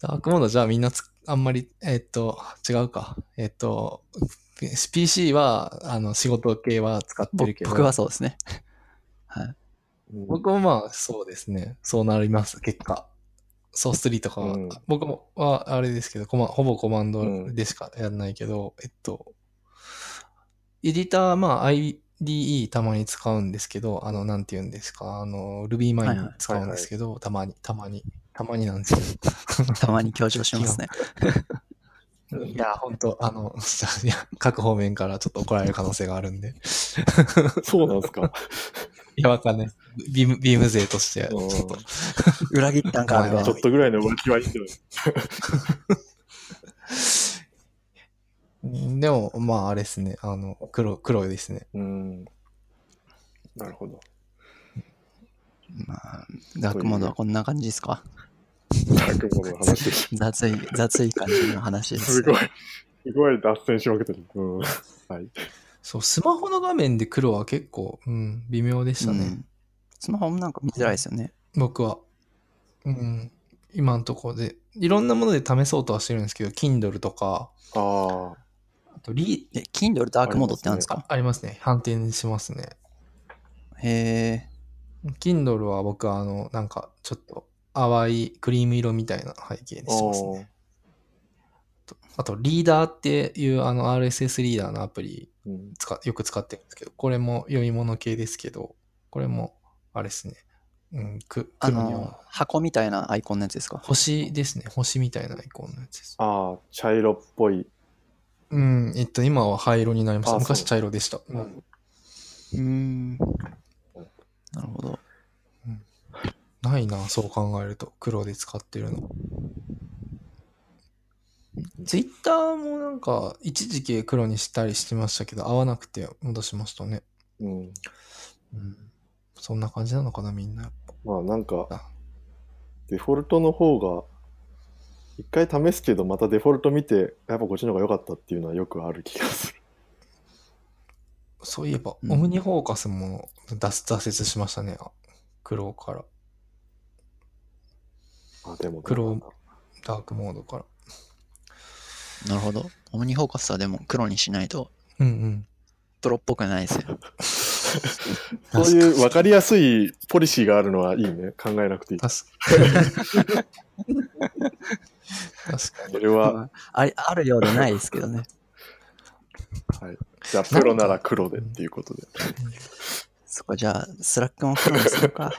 [SPEAKER 3] ダークモードじゃあみんなつ、あんまり、えっと、違うか。えっと、P- PC は、あの、仕事系は使ってる
[SPEAKER 1] 僕
[SPEAKER 3] けど。
[SPEAKER 1] 僕はそうですね。はい。
[SPEAKER 2] うん
[SPEAKER 3] 僕もまあ、そうですね。そうなります、結果。ソース3とかは、
[SPEAKER 2] うん
[SPEAKER 3] 僕もはあれですけど、コマほぼコマン
[SPEAKER 2] う
[SPEAKER 3] ド
[SPEAKER 2] ん
[SPEAKER 3] でしかやんないけど、えっと、エディター、まあ、IDE たまに使うんですけど、あの、なんて言うんですか、あの、Ruby
[SPEAKER 1] は
[SPEAKER 3] Mine
[SPEAKER 1] いはい
[SPEAKER 3] 使うんですけど、たまに、たまに、たまになんですよ。
[SPEAKER 1] たまに強調しますね。
[SPEAKER 3] いや、本当あの、いや各方面からちょっと怒られる可能性があるんで。
[SPEAKER 2] そうなんです か。
[SPEAKER 3] いや、わかんない。ビーム、ビーム勢として、ち
[SPEAKER 2] う
[SPEAKER 3] ょ
[SPEAKER 2] ん
[SPEAKER 3] っと。
[SPEAKER 1] 裏切ったんかみ
[SPEAKER 3] ま
[SPEAKER 1] た
[SPEAKER 3] あ
[SPEAKER 1] い
[SPEAKER 2] ちょ
[SPEAKER 1] な
[SPEAKER 2] っ。とぐらいの浮気はいいんじゃない
[SPEAKER 3] うんでも、まあ、あれですね。あの、黒、黒ですね。
[SPEAKER 2] うん。なるほ ど。
[SPEAKER 1] まあ、ダークモードはこんな感じですか
[SPEAKER 2] ダークモードの話でし
[SPEAKER 1] 雑い、雑い感じの話で
[SPEAKER 2] た。
[SPEAKER 1] す。
[SPEAKER 2] すごい。すごい脱線しまくってる。うん。はい。
[SPEAKER 3] そう、スマホの画面で黒は結構、うん、微妙でした
[SPEAKER 1] う
[SPEAKER 3] ね。
[SPEAKER 1] ん。スマホもなんか見づらいですよね。
[SPEAKER 3] 僕は。うん。今のところで。いろんなもので試そうとはしてるんですけど、Kindle とか、
[SPEAKER 2] ああ。
[SPEAKER 3] あとリ
[SPEAKER 1] え、Kindle ダークモードってなんですか
[SPEAKER 3] ありますね。反転しますね。
[SPEAKER 1] へえ。
[SPEAKER 3] Kindle は僕は、あの、なんか、ちょっと、淡いクリーム色みたいな背景 にしてますね。あと、リーダーっていう、あの、RSS リーダーのアプリ
[SPEAKER 2] うん。
[SPEAKER 3] 使、よく使ってるんですけど、これも読み物系ですけど、これも、あれですね。うん、く、
[SPEAKER 1] あ
[SPEAKER 3] 黒には
[SPEAKER 1] の、箱みたいなアイコンのやつですか
[SPEAKER 3] 星ですね。星みたいなアイコンのやつです。
[SPEAKER 2] ああ、茶色っぽい。
[SPEAKER 3] うん、えっと、今は灰色になりました。
[SPEAKER 2] あ
[SPEAKER 3] 昔
[SPEAKER 2] そう
[SPEAKER 3] 茶色でした。う
[SPEAKER 2] うんん。
[SPEAKER 1] うーん。なるほど。
[SPEAKER 3] ないな、そう考えると。黒で使ってるの。ツイッターもなんか、一時期黒にしたりしてましたけど、合わなくて戻しましたね。
[SPEAKER 2] うん。
[SPEAKER 3] うん。そんな感じなのかな、みんな。
[SPEAKER 2] まあなん
[SPEAKER 3] あ
[SPEAKER 2] か、デフォルトの方が、一回試すけど、またデフォルト見て、やっぱこっちの方が良かったっていうのはよくある気がする。
[SPEAKER 3] そういえば、
[SPEAKER 1] うん
[SPEAKER 3] オムニフォーカスも脱挫折しましたね。あ黒から、
[SPEAKER 2] あ、でも、
[SPEAKER 3] 黒ダークモードから。
[SPEAKER 1] なるほど。オムニフォーカスはでも黒にしないと
[SPEAKER 3] うんうん。
[SPEAKER 1] プロっぽくないですよ。
[SPEAKER 2] そういう分かりやすいポリシーがあるのはいいね。考えなくていい。
[SPEAKER 3] 確か確かに。
[SPEAKER 2] それは、
[SPEAKER 1] まあありあるようでないですけどね。
[SPEAKER 2] はい。じゃあ、プロなら黒でっていうことで。
[SPEAKER 1] そこじゃあ、スラックも黒にするか。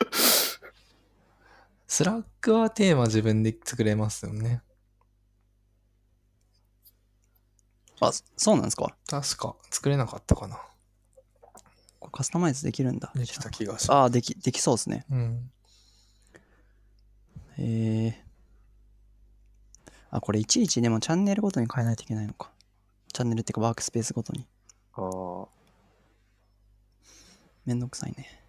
[SPEAKER 3] スラックはテーマ自分で作れますよね。
[SPEAKER 1] あ、そうなんですか。
[SPEAKER 3] 確か、作れなかったかな。
[SPEAKER 1] これカスタマイズできるんだ。
[SPEAKER 3] できた気がします。
[SPEAKER 1] ああ、でき、できそうですね。
[SPEAKER 3] うん。
[SPEAKER 1] えー。あ、これいちいちでもチャンネルごとに変えないといけないのか。チャンネルっていうかワークスペースごとに。
[SPEAKER 2] ああ。
[SPEAKER 1] めんどくさいね。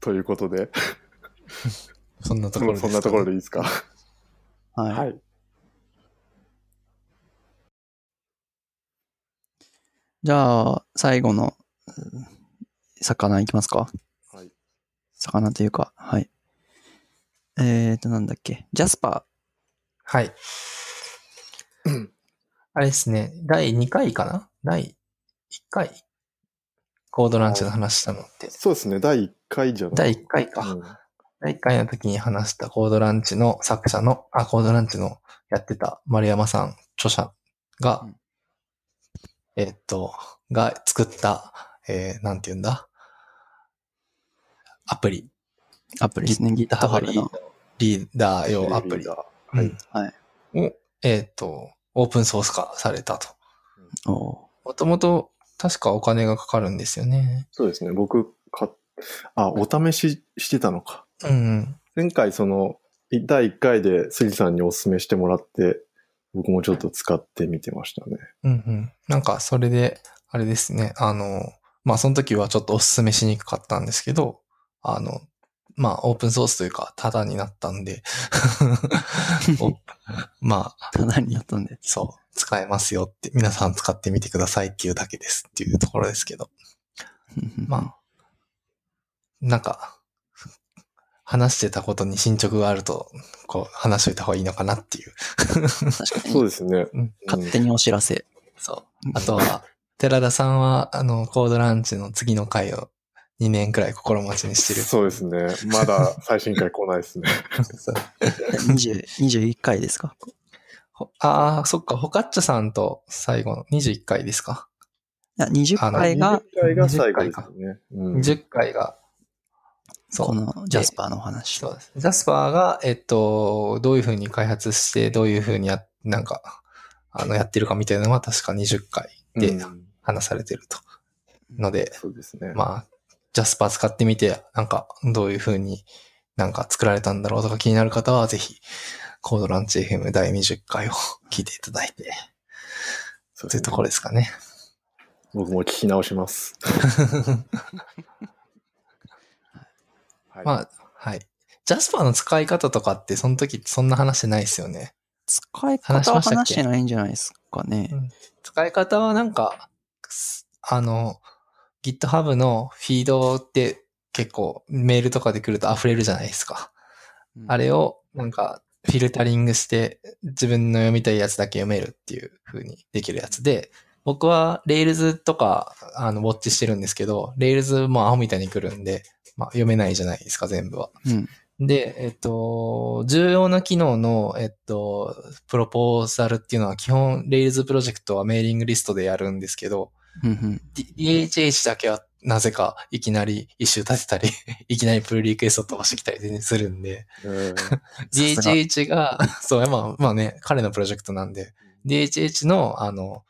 [SPEAKER 2] ということで、
[SPEAKER 3] そんなところです
[SPEAKER 2] そんなところでいいですか。
[SPEAKER 1] はい。
[SPEAKER 2] はい。
[SPEAKER 1] じゃあ、最後の、うん魚いきますか。
[SPEAKER 2] はい。
[SPEAKER 1] 魚というか、はい。えーと、なんだっけ。ジャスパ
[SPEAKER 3] はい。あれですね、第2回かな第1回コードランチの話したのって。
[SPEAKER 2] そうですね。第1回じゃない
[SPEAKER 3] 第1回か。
[SPEAKER 2] うん
[SPEAKER 3] 第1回の時に話したコードランチの作者の、あ、コードランチのやってた丸山さん、著者が、
[SPEAKER 1] うん
[SPEAKER 3] えっと、が作った、えー、なんて言うんだアプリ。
[SPEAKER 1] ー、アプリですね。
[SPEAKER 3] ギター
[SPEAKER 1] GitHub
[SPEAKER 3] リー
[SPEAKER 1] の。
[SPEAKER 3] リーダー用アプ
[SPEAKER 2] リ
[SPEAKER 3] リ
[SPEAKER 2] ー。ダー
[SPEAKER 3] はい。
[SPEAKER 1] はい
[SPEAKER 3] を、えっ、と、オープンソース化されたと。
[SPEAKER 1] おー
[SPEAKER 3] もともと、確かお金がかかるんですよね。
[SPEAKER 2] そうですね。僕、か、あ、お試ししてたのか。
[SPEAKER 3] うん。
[SPEAKER 2] 前回、その、い第1回で杉さんにお勧めしてもらって、僕もちょっと使ってみてましたね。
[SPEAKER 3] うんうん。なんか、それで、あれですね。あの、まあ、その時はちょっとお勧めしにくかったんですけど、あの、まあ、オープンソースというか、タダになったん で、おまあ、
[SPEAKER 1] ただになったんで。
[SPEAKER 3] そう、使えますよって、皆さん使ってみてくださいっていうだけですっていうところですけど。まあ、なんか、話してたことに進捗があると、こう、話しといた方がいいのかなっていう。
[SPEAKER 1] あ、確か
[SPEAKER 2] そう
[SPEAKER 1] に。
[SPEAKER 2] ですね。
[SPEAKER 3] うん
[SPEAKER 1] 勝手にお知ら せ。
[SPEAKER 3] そう。あとは、寺田さんは、あの、コードランチの次の回を2年くらい心待ちにしてる。
[SPEAKER 2] そうで すね。まだ最新回来ないですね。
[SPEAKER 3] そう
[SPEAKER 1] 20 21回ですか。
[SPEAKER 3] ほああ、そっか、ホカッチャさんと最後の21回ですか。
[SPEAKER 1] いや、20回が、
[SPEAKER 2] 20回が最後ですね。うん
[SPEAKER 3] 20回が、そう
[SPEAKER 1] こ。のジャスパーのお話。
[SPEAKER 3] そうです。ジャスパーが、えっと、どういうふうに開発して、どういうふうにや、なんか、あの、やってるかみたいなのは確か20回
[SPEAKER 2] う
[SPEAKER 3] で
[SPEAKER 2] ん
[SPEAKER 3] 話されてると。ので、
[SPEAKER 2] そうですね。
[SPEAKER 3] まあ、ジャスパー使ってみて、なんか、どういうふうになんか作られたんだろうとか気になる方は、ぜひ、コードランチ FM 第20回を聞いていただいて、
[SPEAKER 2] そう
[SPEAKER 3] と
[SPEAKER 2] で
[SPEAKER 3] いう
[SPEAKER 2] す
[SPEAKER 3] と
[SPEAKER 2] ね
[SPEAKER 3] ころですかね。
[SPEAKER 2] 僕も聞き直 します。はい
[SPEAKER 3] まあ、はい。ジャスパーの使い方とかって、その時そんな話ないですよね。
[SPEAKER 1] 使い
[SPEAKER 3] 話し
[SPEAKER 1] 方
[SPEAKER 3] ま
[SPEAKER 1] は
[SPEAKER 3] したっ
[SPEAKER 1] 話
[SPEAKER 3] け
[SPEAKER 1] してないんじゃないですかね。
[SPEAKER 3] 使い方はなんか、すあの、GitHub のフィードって結構メールとかで来ると溢れるじゃないですか。あれ
[SPEAKER 1] を。
[SPEAKER 3] をなんかフィルタリングして自分の読みたいやつだけ読めるっていう風にできるやつで、僕は Rails とかあのウォッチしてるんですけど、Rails もアホみたいに来るんで、まあ、読めないじゃないですか、全部は。
[SPEAKER 1] うん。
[SPEAKER 3] で、えっと、重要な機能の、えっと、プロポーザルっていうのは基本、Rails プロジェクトはメーリングリストでやるんですけど、
[SPEAKER 1] うんうん。
[SPEAKER 3] D- DHH だけはなぜかいきなり一周立てたり、 いきなりプルリクエスト飛ばしてきたり全然するんで、
[SPEAKER 2] うん
[SPEAKER 1] すが
[SPEAKER 3] DHH が、そう、まあ、まあね、彼のプロジェクトなんで、DHH の、あの、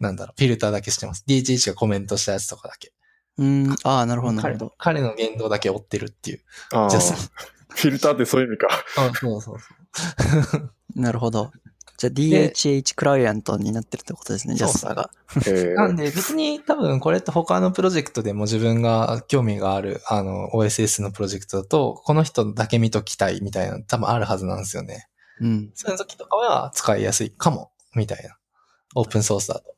[SPEAKER 3] なんだろう、フィルターだけしてます。DHH がコメントしたやつとかだけ。
[SPEAKER 1] うーん、ああ、なるほど、なる
[SPEAKER 3] 彼
[SPEAKER 1] ほど
[SPEAKER 3] の。彼の言動だけ追ってるっていう。
[SPEAKER 2] あー
[SPEAKER 3] ジャス
[SPEAKER 2] フィルターってそういう意味か。
[SPEAKER 3] あ、そうそうそう。
[SPEAKER 1] なるほど。じゃあ DHH クライアントになってるってことですね、ジャスターが。
[SPEAKER 2] え
[SPEAKER 3] なんで別に多分これって他のプロジェクトでも自分が興味があるあの OSS のプロジェクトだとこの人だけ見ときたいみたいなの多分あるはずなんですよね。
[SPEAKER 1] うん。
[SPEAKER 3] そういう時とかは使いやすいかもみたいな。オープンソースだと。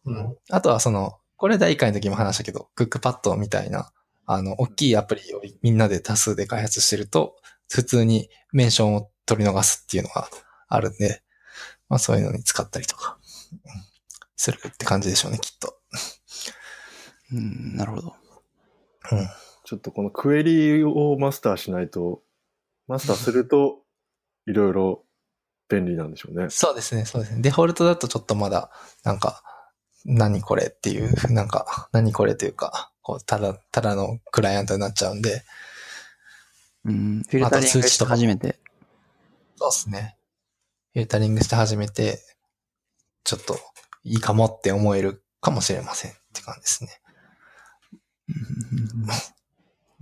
[SPEAKER 3] あとはその、これ第1回の時も話したけど、クックパッドみたいな、あの、大きいアプリをみんなで多数で開発してると、普通にメンションを取り逃すっていうのがあるんで、まあそういうのに使ったりとか、うんするって感じでしょうね、きっと。
[SPEAKER 1] うん、なるほど。
[SPEAKER 2] ちょっとこのクエリをマスターしないと、マスターすると、いろいろ便利なんでしょうね。
[SPEAKER 3] そうですね、そうですね。デフォルトだとちょっとまだ、なんか、何これっていう、なんか、何これというか、こう、ただ、ただのクライアントになっちゃうんで、
[SPEAKER 1] うん、フィルタリングして初めて。
[SPEAKER 3] そうですね。フィルタリングして始めて、ちょっと、いいかもって思えるかもしれませんって感じですね。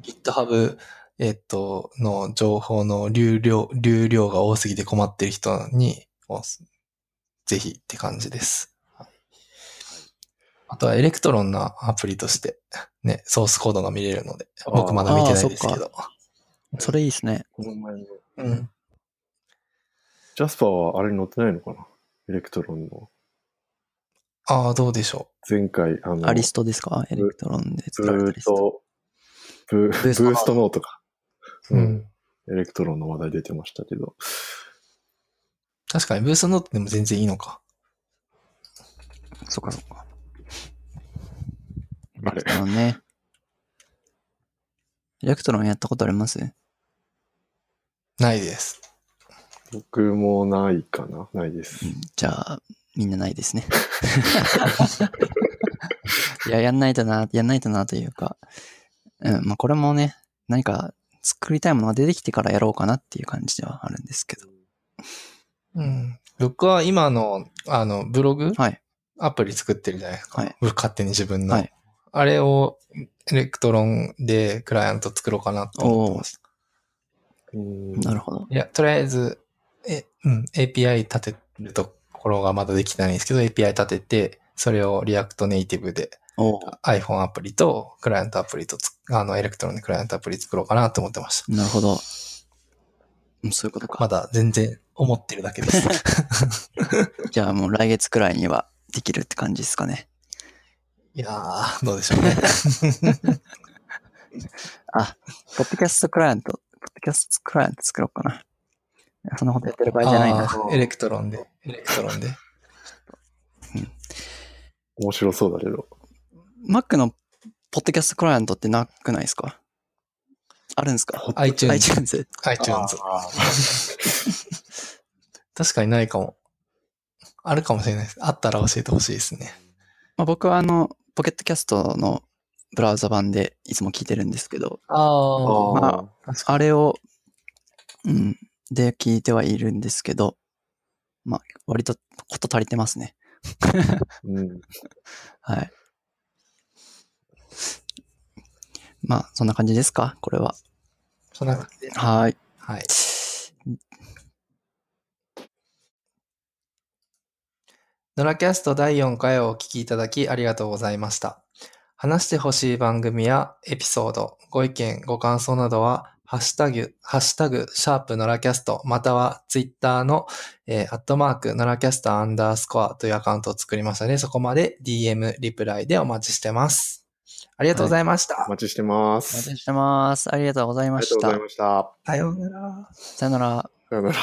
[SPEAKER 3] GitHub、えっと、の情報の流量、流量が多すぎて困ってる人に、おぜひって感じです。はいあとはエレクトロンなアプリとして、ね、ソースコードが見れるので、僕まだ見てないですけど。
[SPEAKER 1] それいいですね。
[SPEAKER 2] この前の
[SPEAKER 3] うん。
[SPEAKER 2] ジャスパーはあれに載ってないのかなエレクトロンの。
[SPEAKER 3] ああ、どうでしょ
[SPEAKER 2] 前回、あの、
[SPEAKER 1] アリストですかエレクトロンで
[SPEAKER 2] ブ
[SPEAKER 1] 作られたリ
[SPEAKER 2] ー
[SPEAKER 1] スト。
[SPEAKER 2] ト、ブ
[SPEAKER 1] ブ
[SPEAKER 2] ー
[SPEAKER 1] ースト
[SPEAKER 2] ストノートか。
[SPEAKER 3] う。
[SPEAKER 2] うん。エレクトロンの話題出てましたけど。
[SPEAKER 3] 確かに、ブースノートでも全然いいのか。
[SPEAKER 1] そっかそっか。
[SPEAKER 2] あれ
[SPEAKER 1] あのね。エレクトロンやったことあります
[SPEAKER 3] ないです。
[SPEAKER 2] 僕もないかなないです
[SPEAKER 1] う。んじゃあ、みんなないですね。いや、やんないとな、やんないとなというか、うん、まあこれもね、何か作りたいものが出てきてからやろうかなっていう感じではあるんですけど。
[SPEAKER 3] うん。僕は今の、あの、ブログ、
[SPEAKER 1] はい。
[SPEAKER 3] アプリ作ってるじゃないですか。
[SPEAKER 1] はい
[SPEAKER 3] 勝手に自分の。
[SPEAKER 1] はい
[SPEAKER 3] あれを、エレクトロンでクライアント作ろうかなと思ってます。
[SPEAKER 2] うん
[SPEAKER 1] なるほど。
[SPEAKER 3] いや、とりあえず、え、うん、API 立てるところがまだできてないんですけど、API 立てて、それをリアクトネイティブで
[SPEAKER 1] おう
[SPEAKER 3] iPhone アプリとクライアントアプリとつ、あの、エレクトロンでクライアントアプリ作ろうかなと思ってました。
[SPEAKER 1] なるほど。うんそういうことか。
[SPEAKER 3] まだ全然思ってるだけ です。
[SPEAKER 1] じゃあもう来月くらいにはできるって感じですかね。
[SPEAKER 3] いやー、どうでしょうね。
[SPEAKER 1] あ、ポッドキャストクライアント、ポッドキャストクライアント作ろうかな。いやそんなことやってる場合じゃない
[SPEAKER 3] あ
[SPEAKER 1] な。
[SPEAKER 3] ーエレクトロンで、エレクトロ ンで。
[SPEAKER 2] 面白そうだけど。
[SPEAKER 1] Mac のポッドキャストクライアントってなくないですかあるんですか
[SPEAKER 3] iTunes、
[SPEAKER 1] ?iTunes。
[SPEAKER 3] iTunes。
[SPEAKER 2] あ
[SPEAKER 3] 確かにないかも。あるかもしれないです。あったら教えてほしいですね。
[SPEAKER 1] まあ、僕はあの、ポケットキャストのブラウザ版でいつも聞いてるんですけど、
[SPEAKER 3] あ
[SPEAKER 2] ー
[SPEAKER 1] まああれを、うん、で聞いてはいるんですけど、まあ、割とこと足りてますね。
[SPEAKER 2] うん。
[SPEAKER 1] はい。まあ、そんな感じですかこれは。
[SPEAKER 3] そんな感じで。
[SPEAKER 1] はい。
[SPEAKER 3] はい。ノラキャスト第4回をお聞きいただきありがとうございました。話してほしい番組やエピソード、ご意見、ご感想などは、ハッシュタグ、ハッシュタグ、シャープノラキャスト、またはツイッターの、えーアットマーク、ノラキャストアンダースコアというアカウントを作りましたので、そこまで DM、リプライでお待ちしてます。ありがとうございました。
[SPEAKER 2] お待ちしてま
[SPEAKER 1] お待
[SPEAKER 2] す。
[SPEAKER 1] ちしてます。ありがとうござい
[SPEAKER 2] あ
[SPEAKER 1] ま
[SPEAKER 2] りがと
[SPEAKER 1] し
[SPEAKER 2] うござ
[SPEAKER 1] た
[SPEAKER 2] い。ました。
[SPEAKER 3] さようなら。
[SPEAKER 1] さよなら。
[SPEAKER 2] さよなら。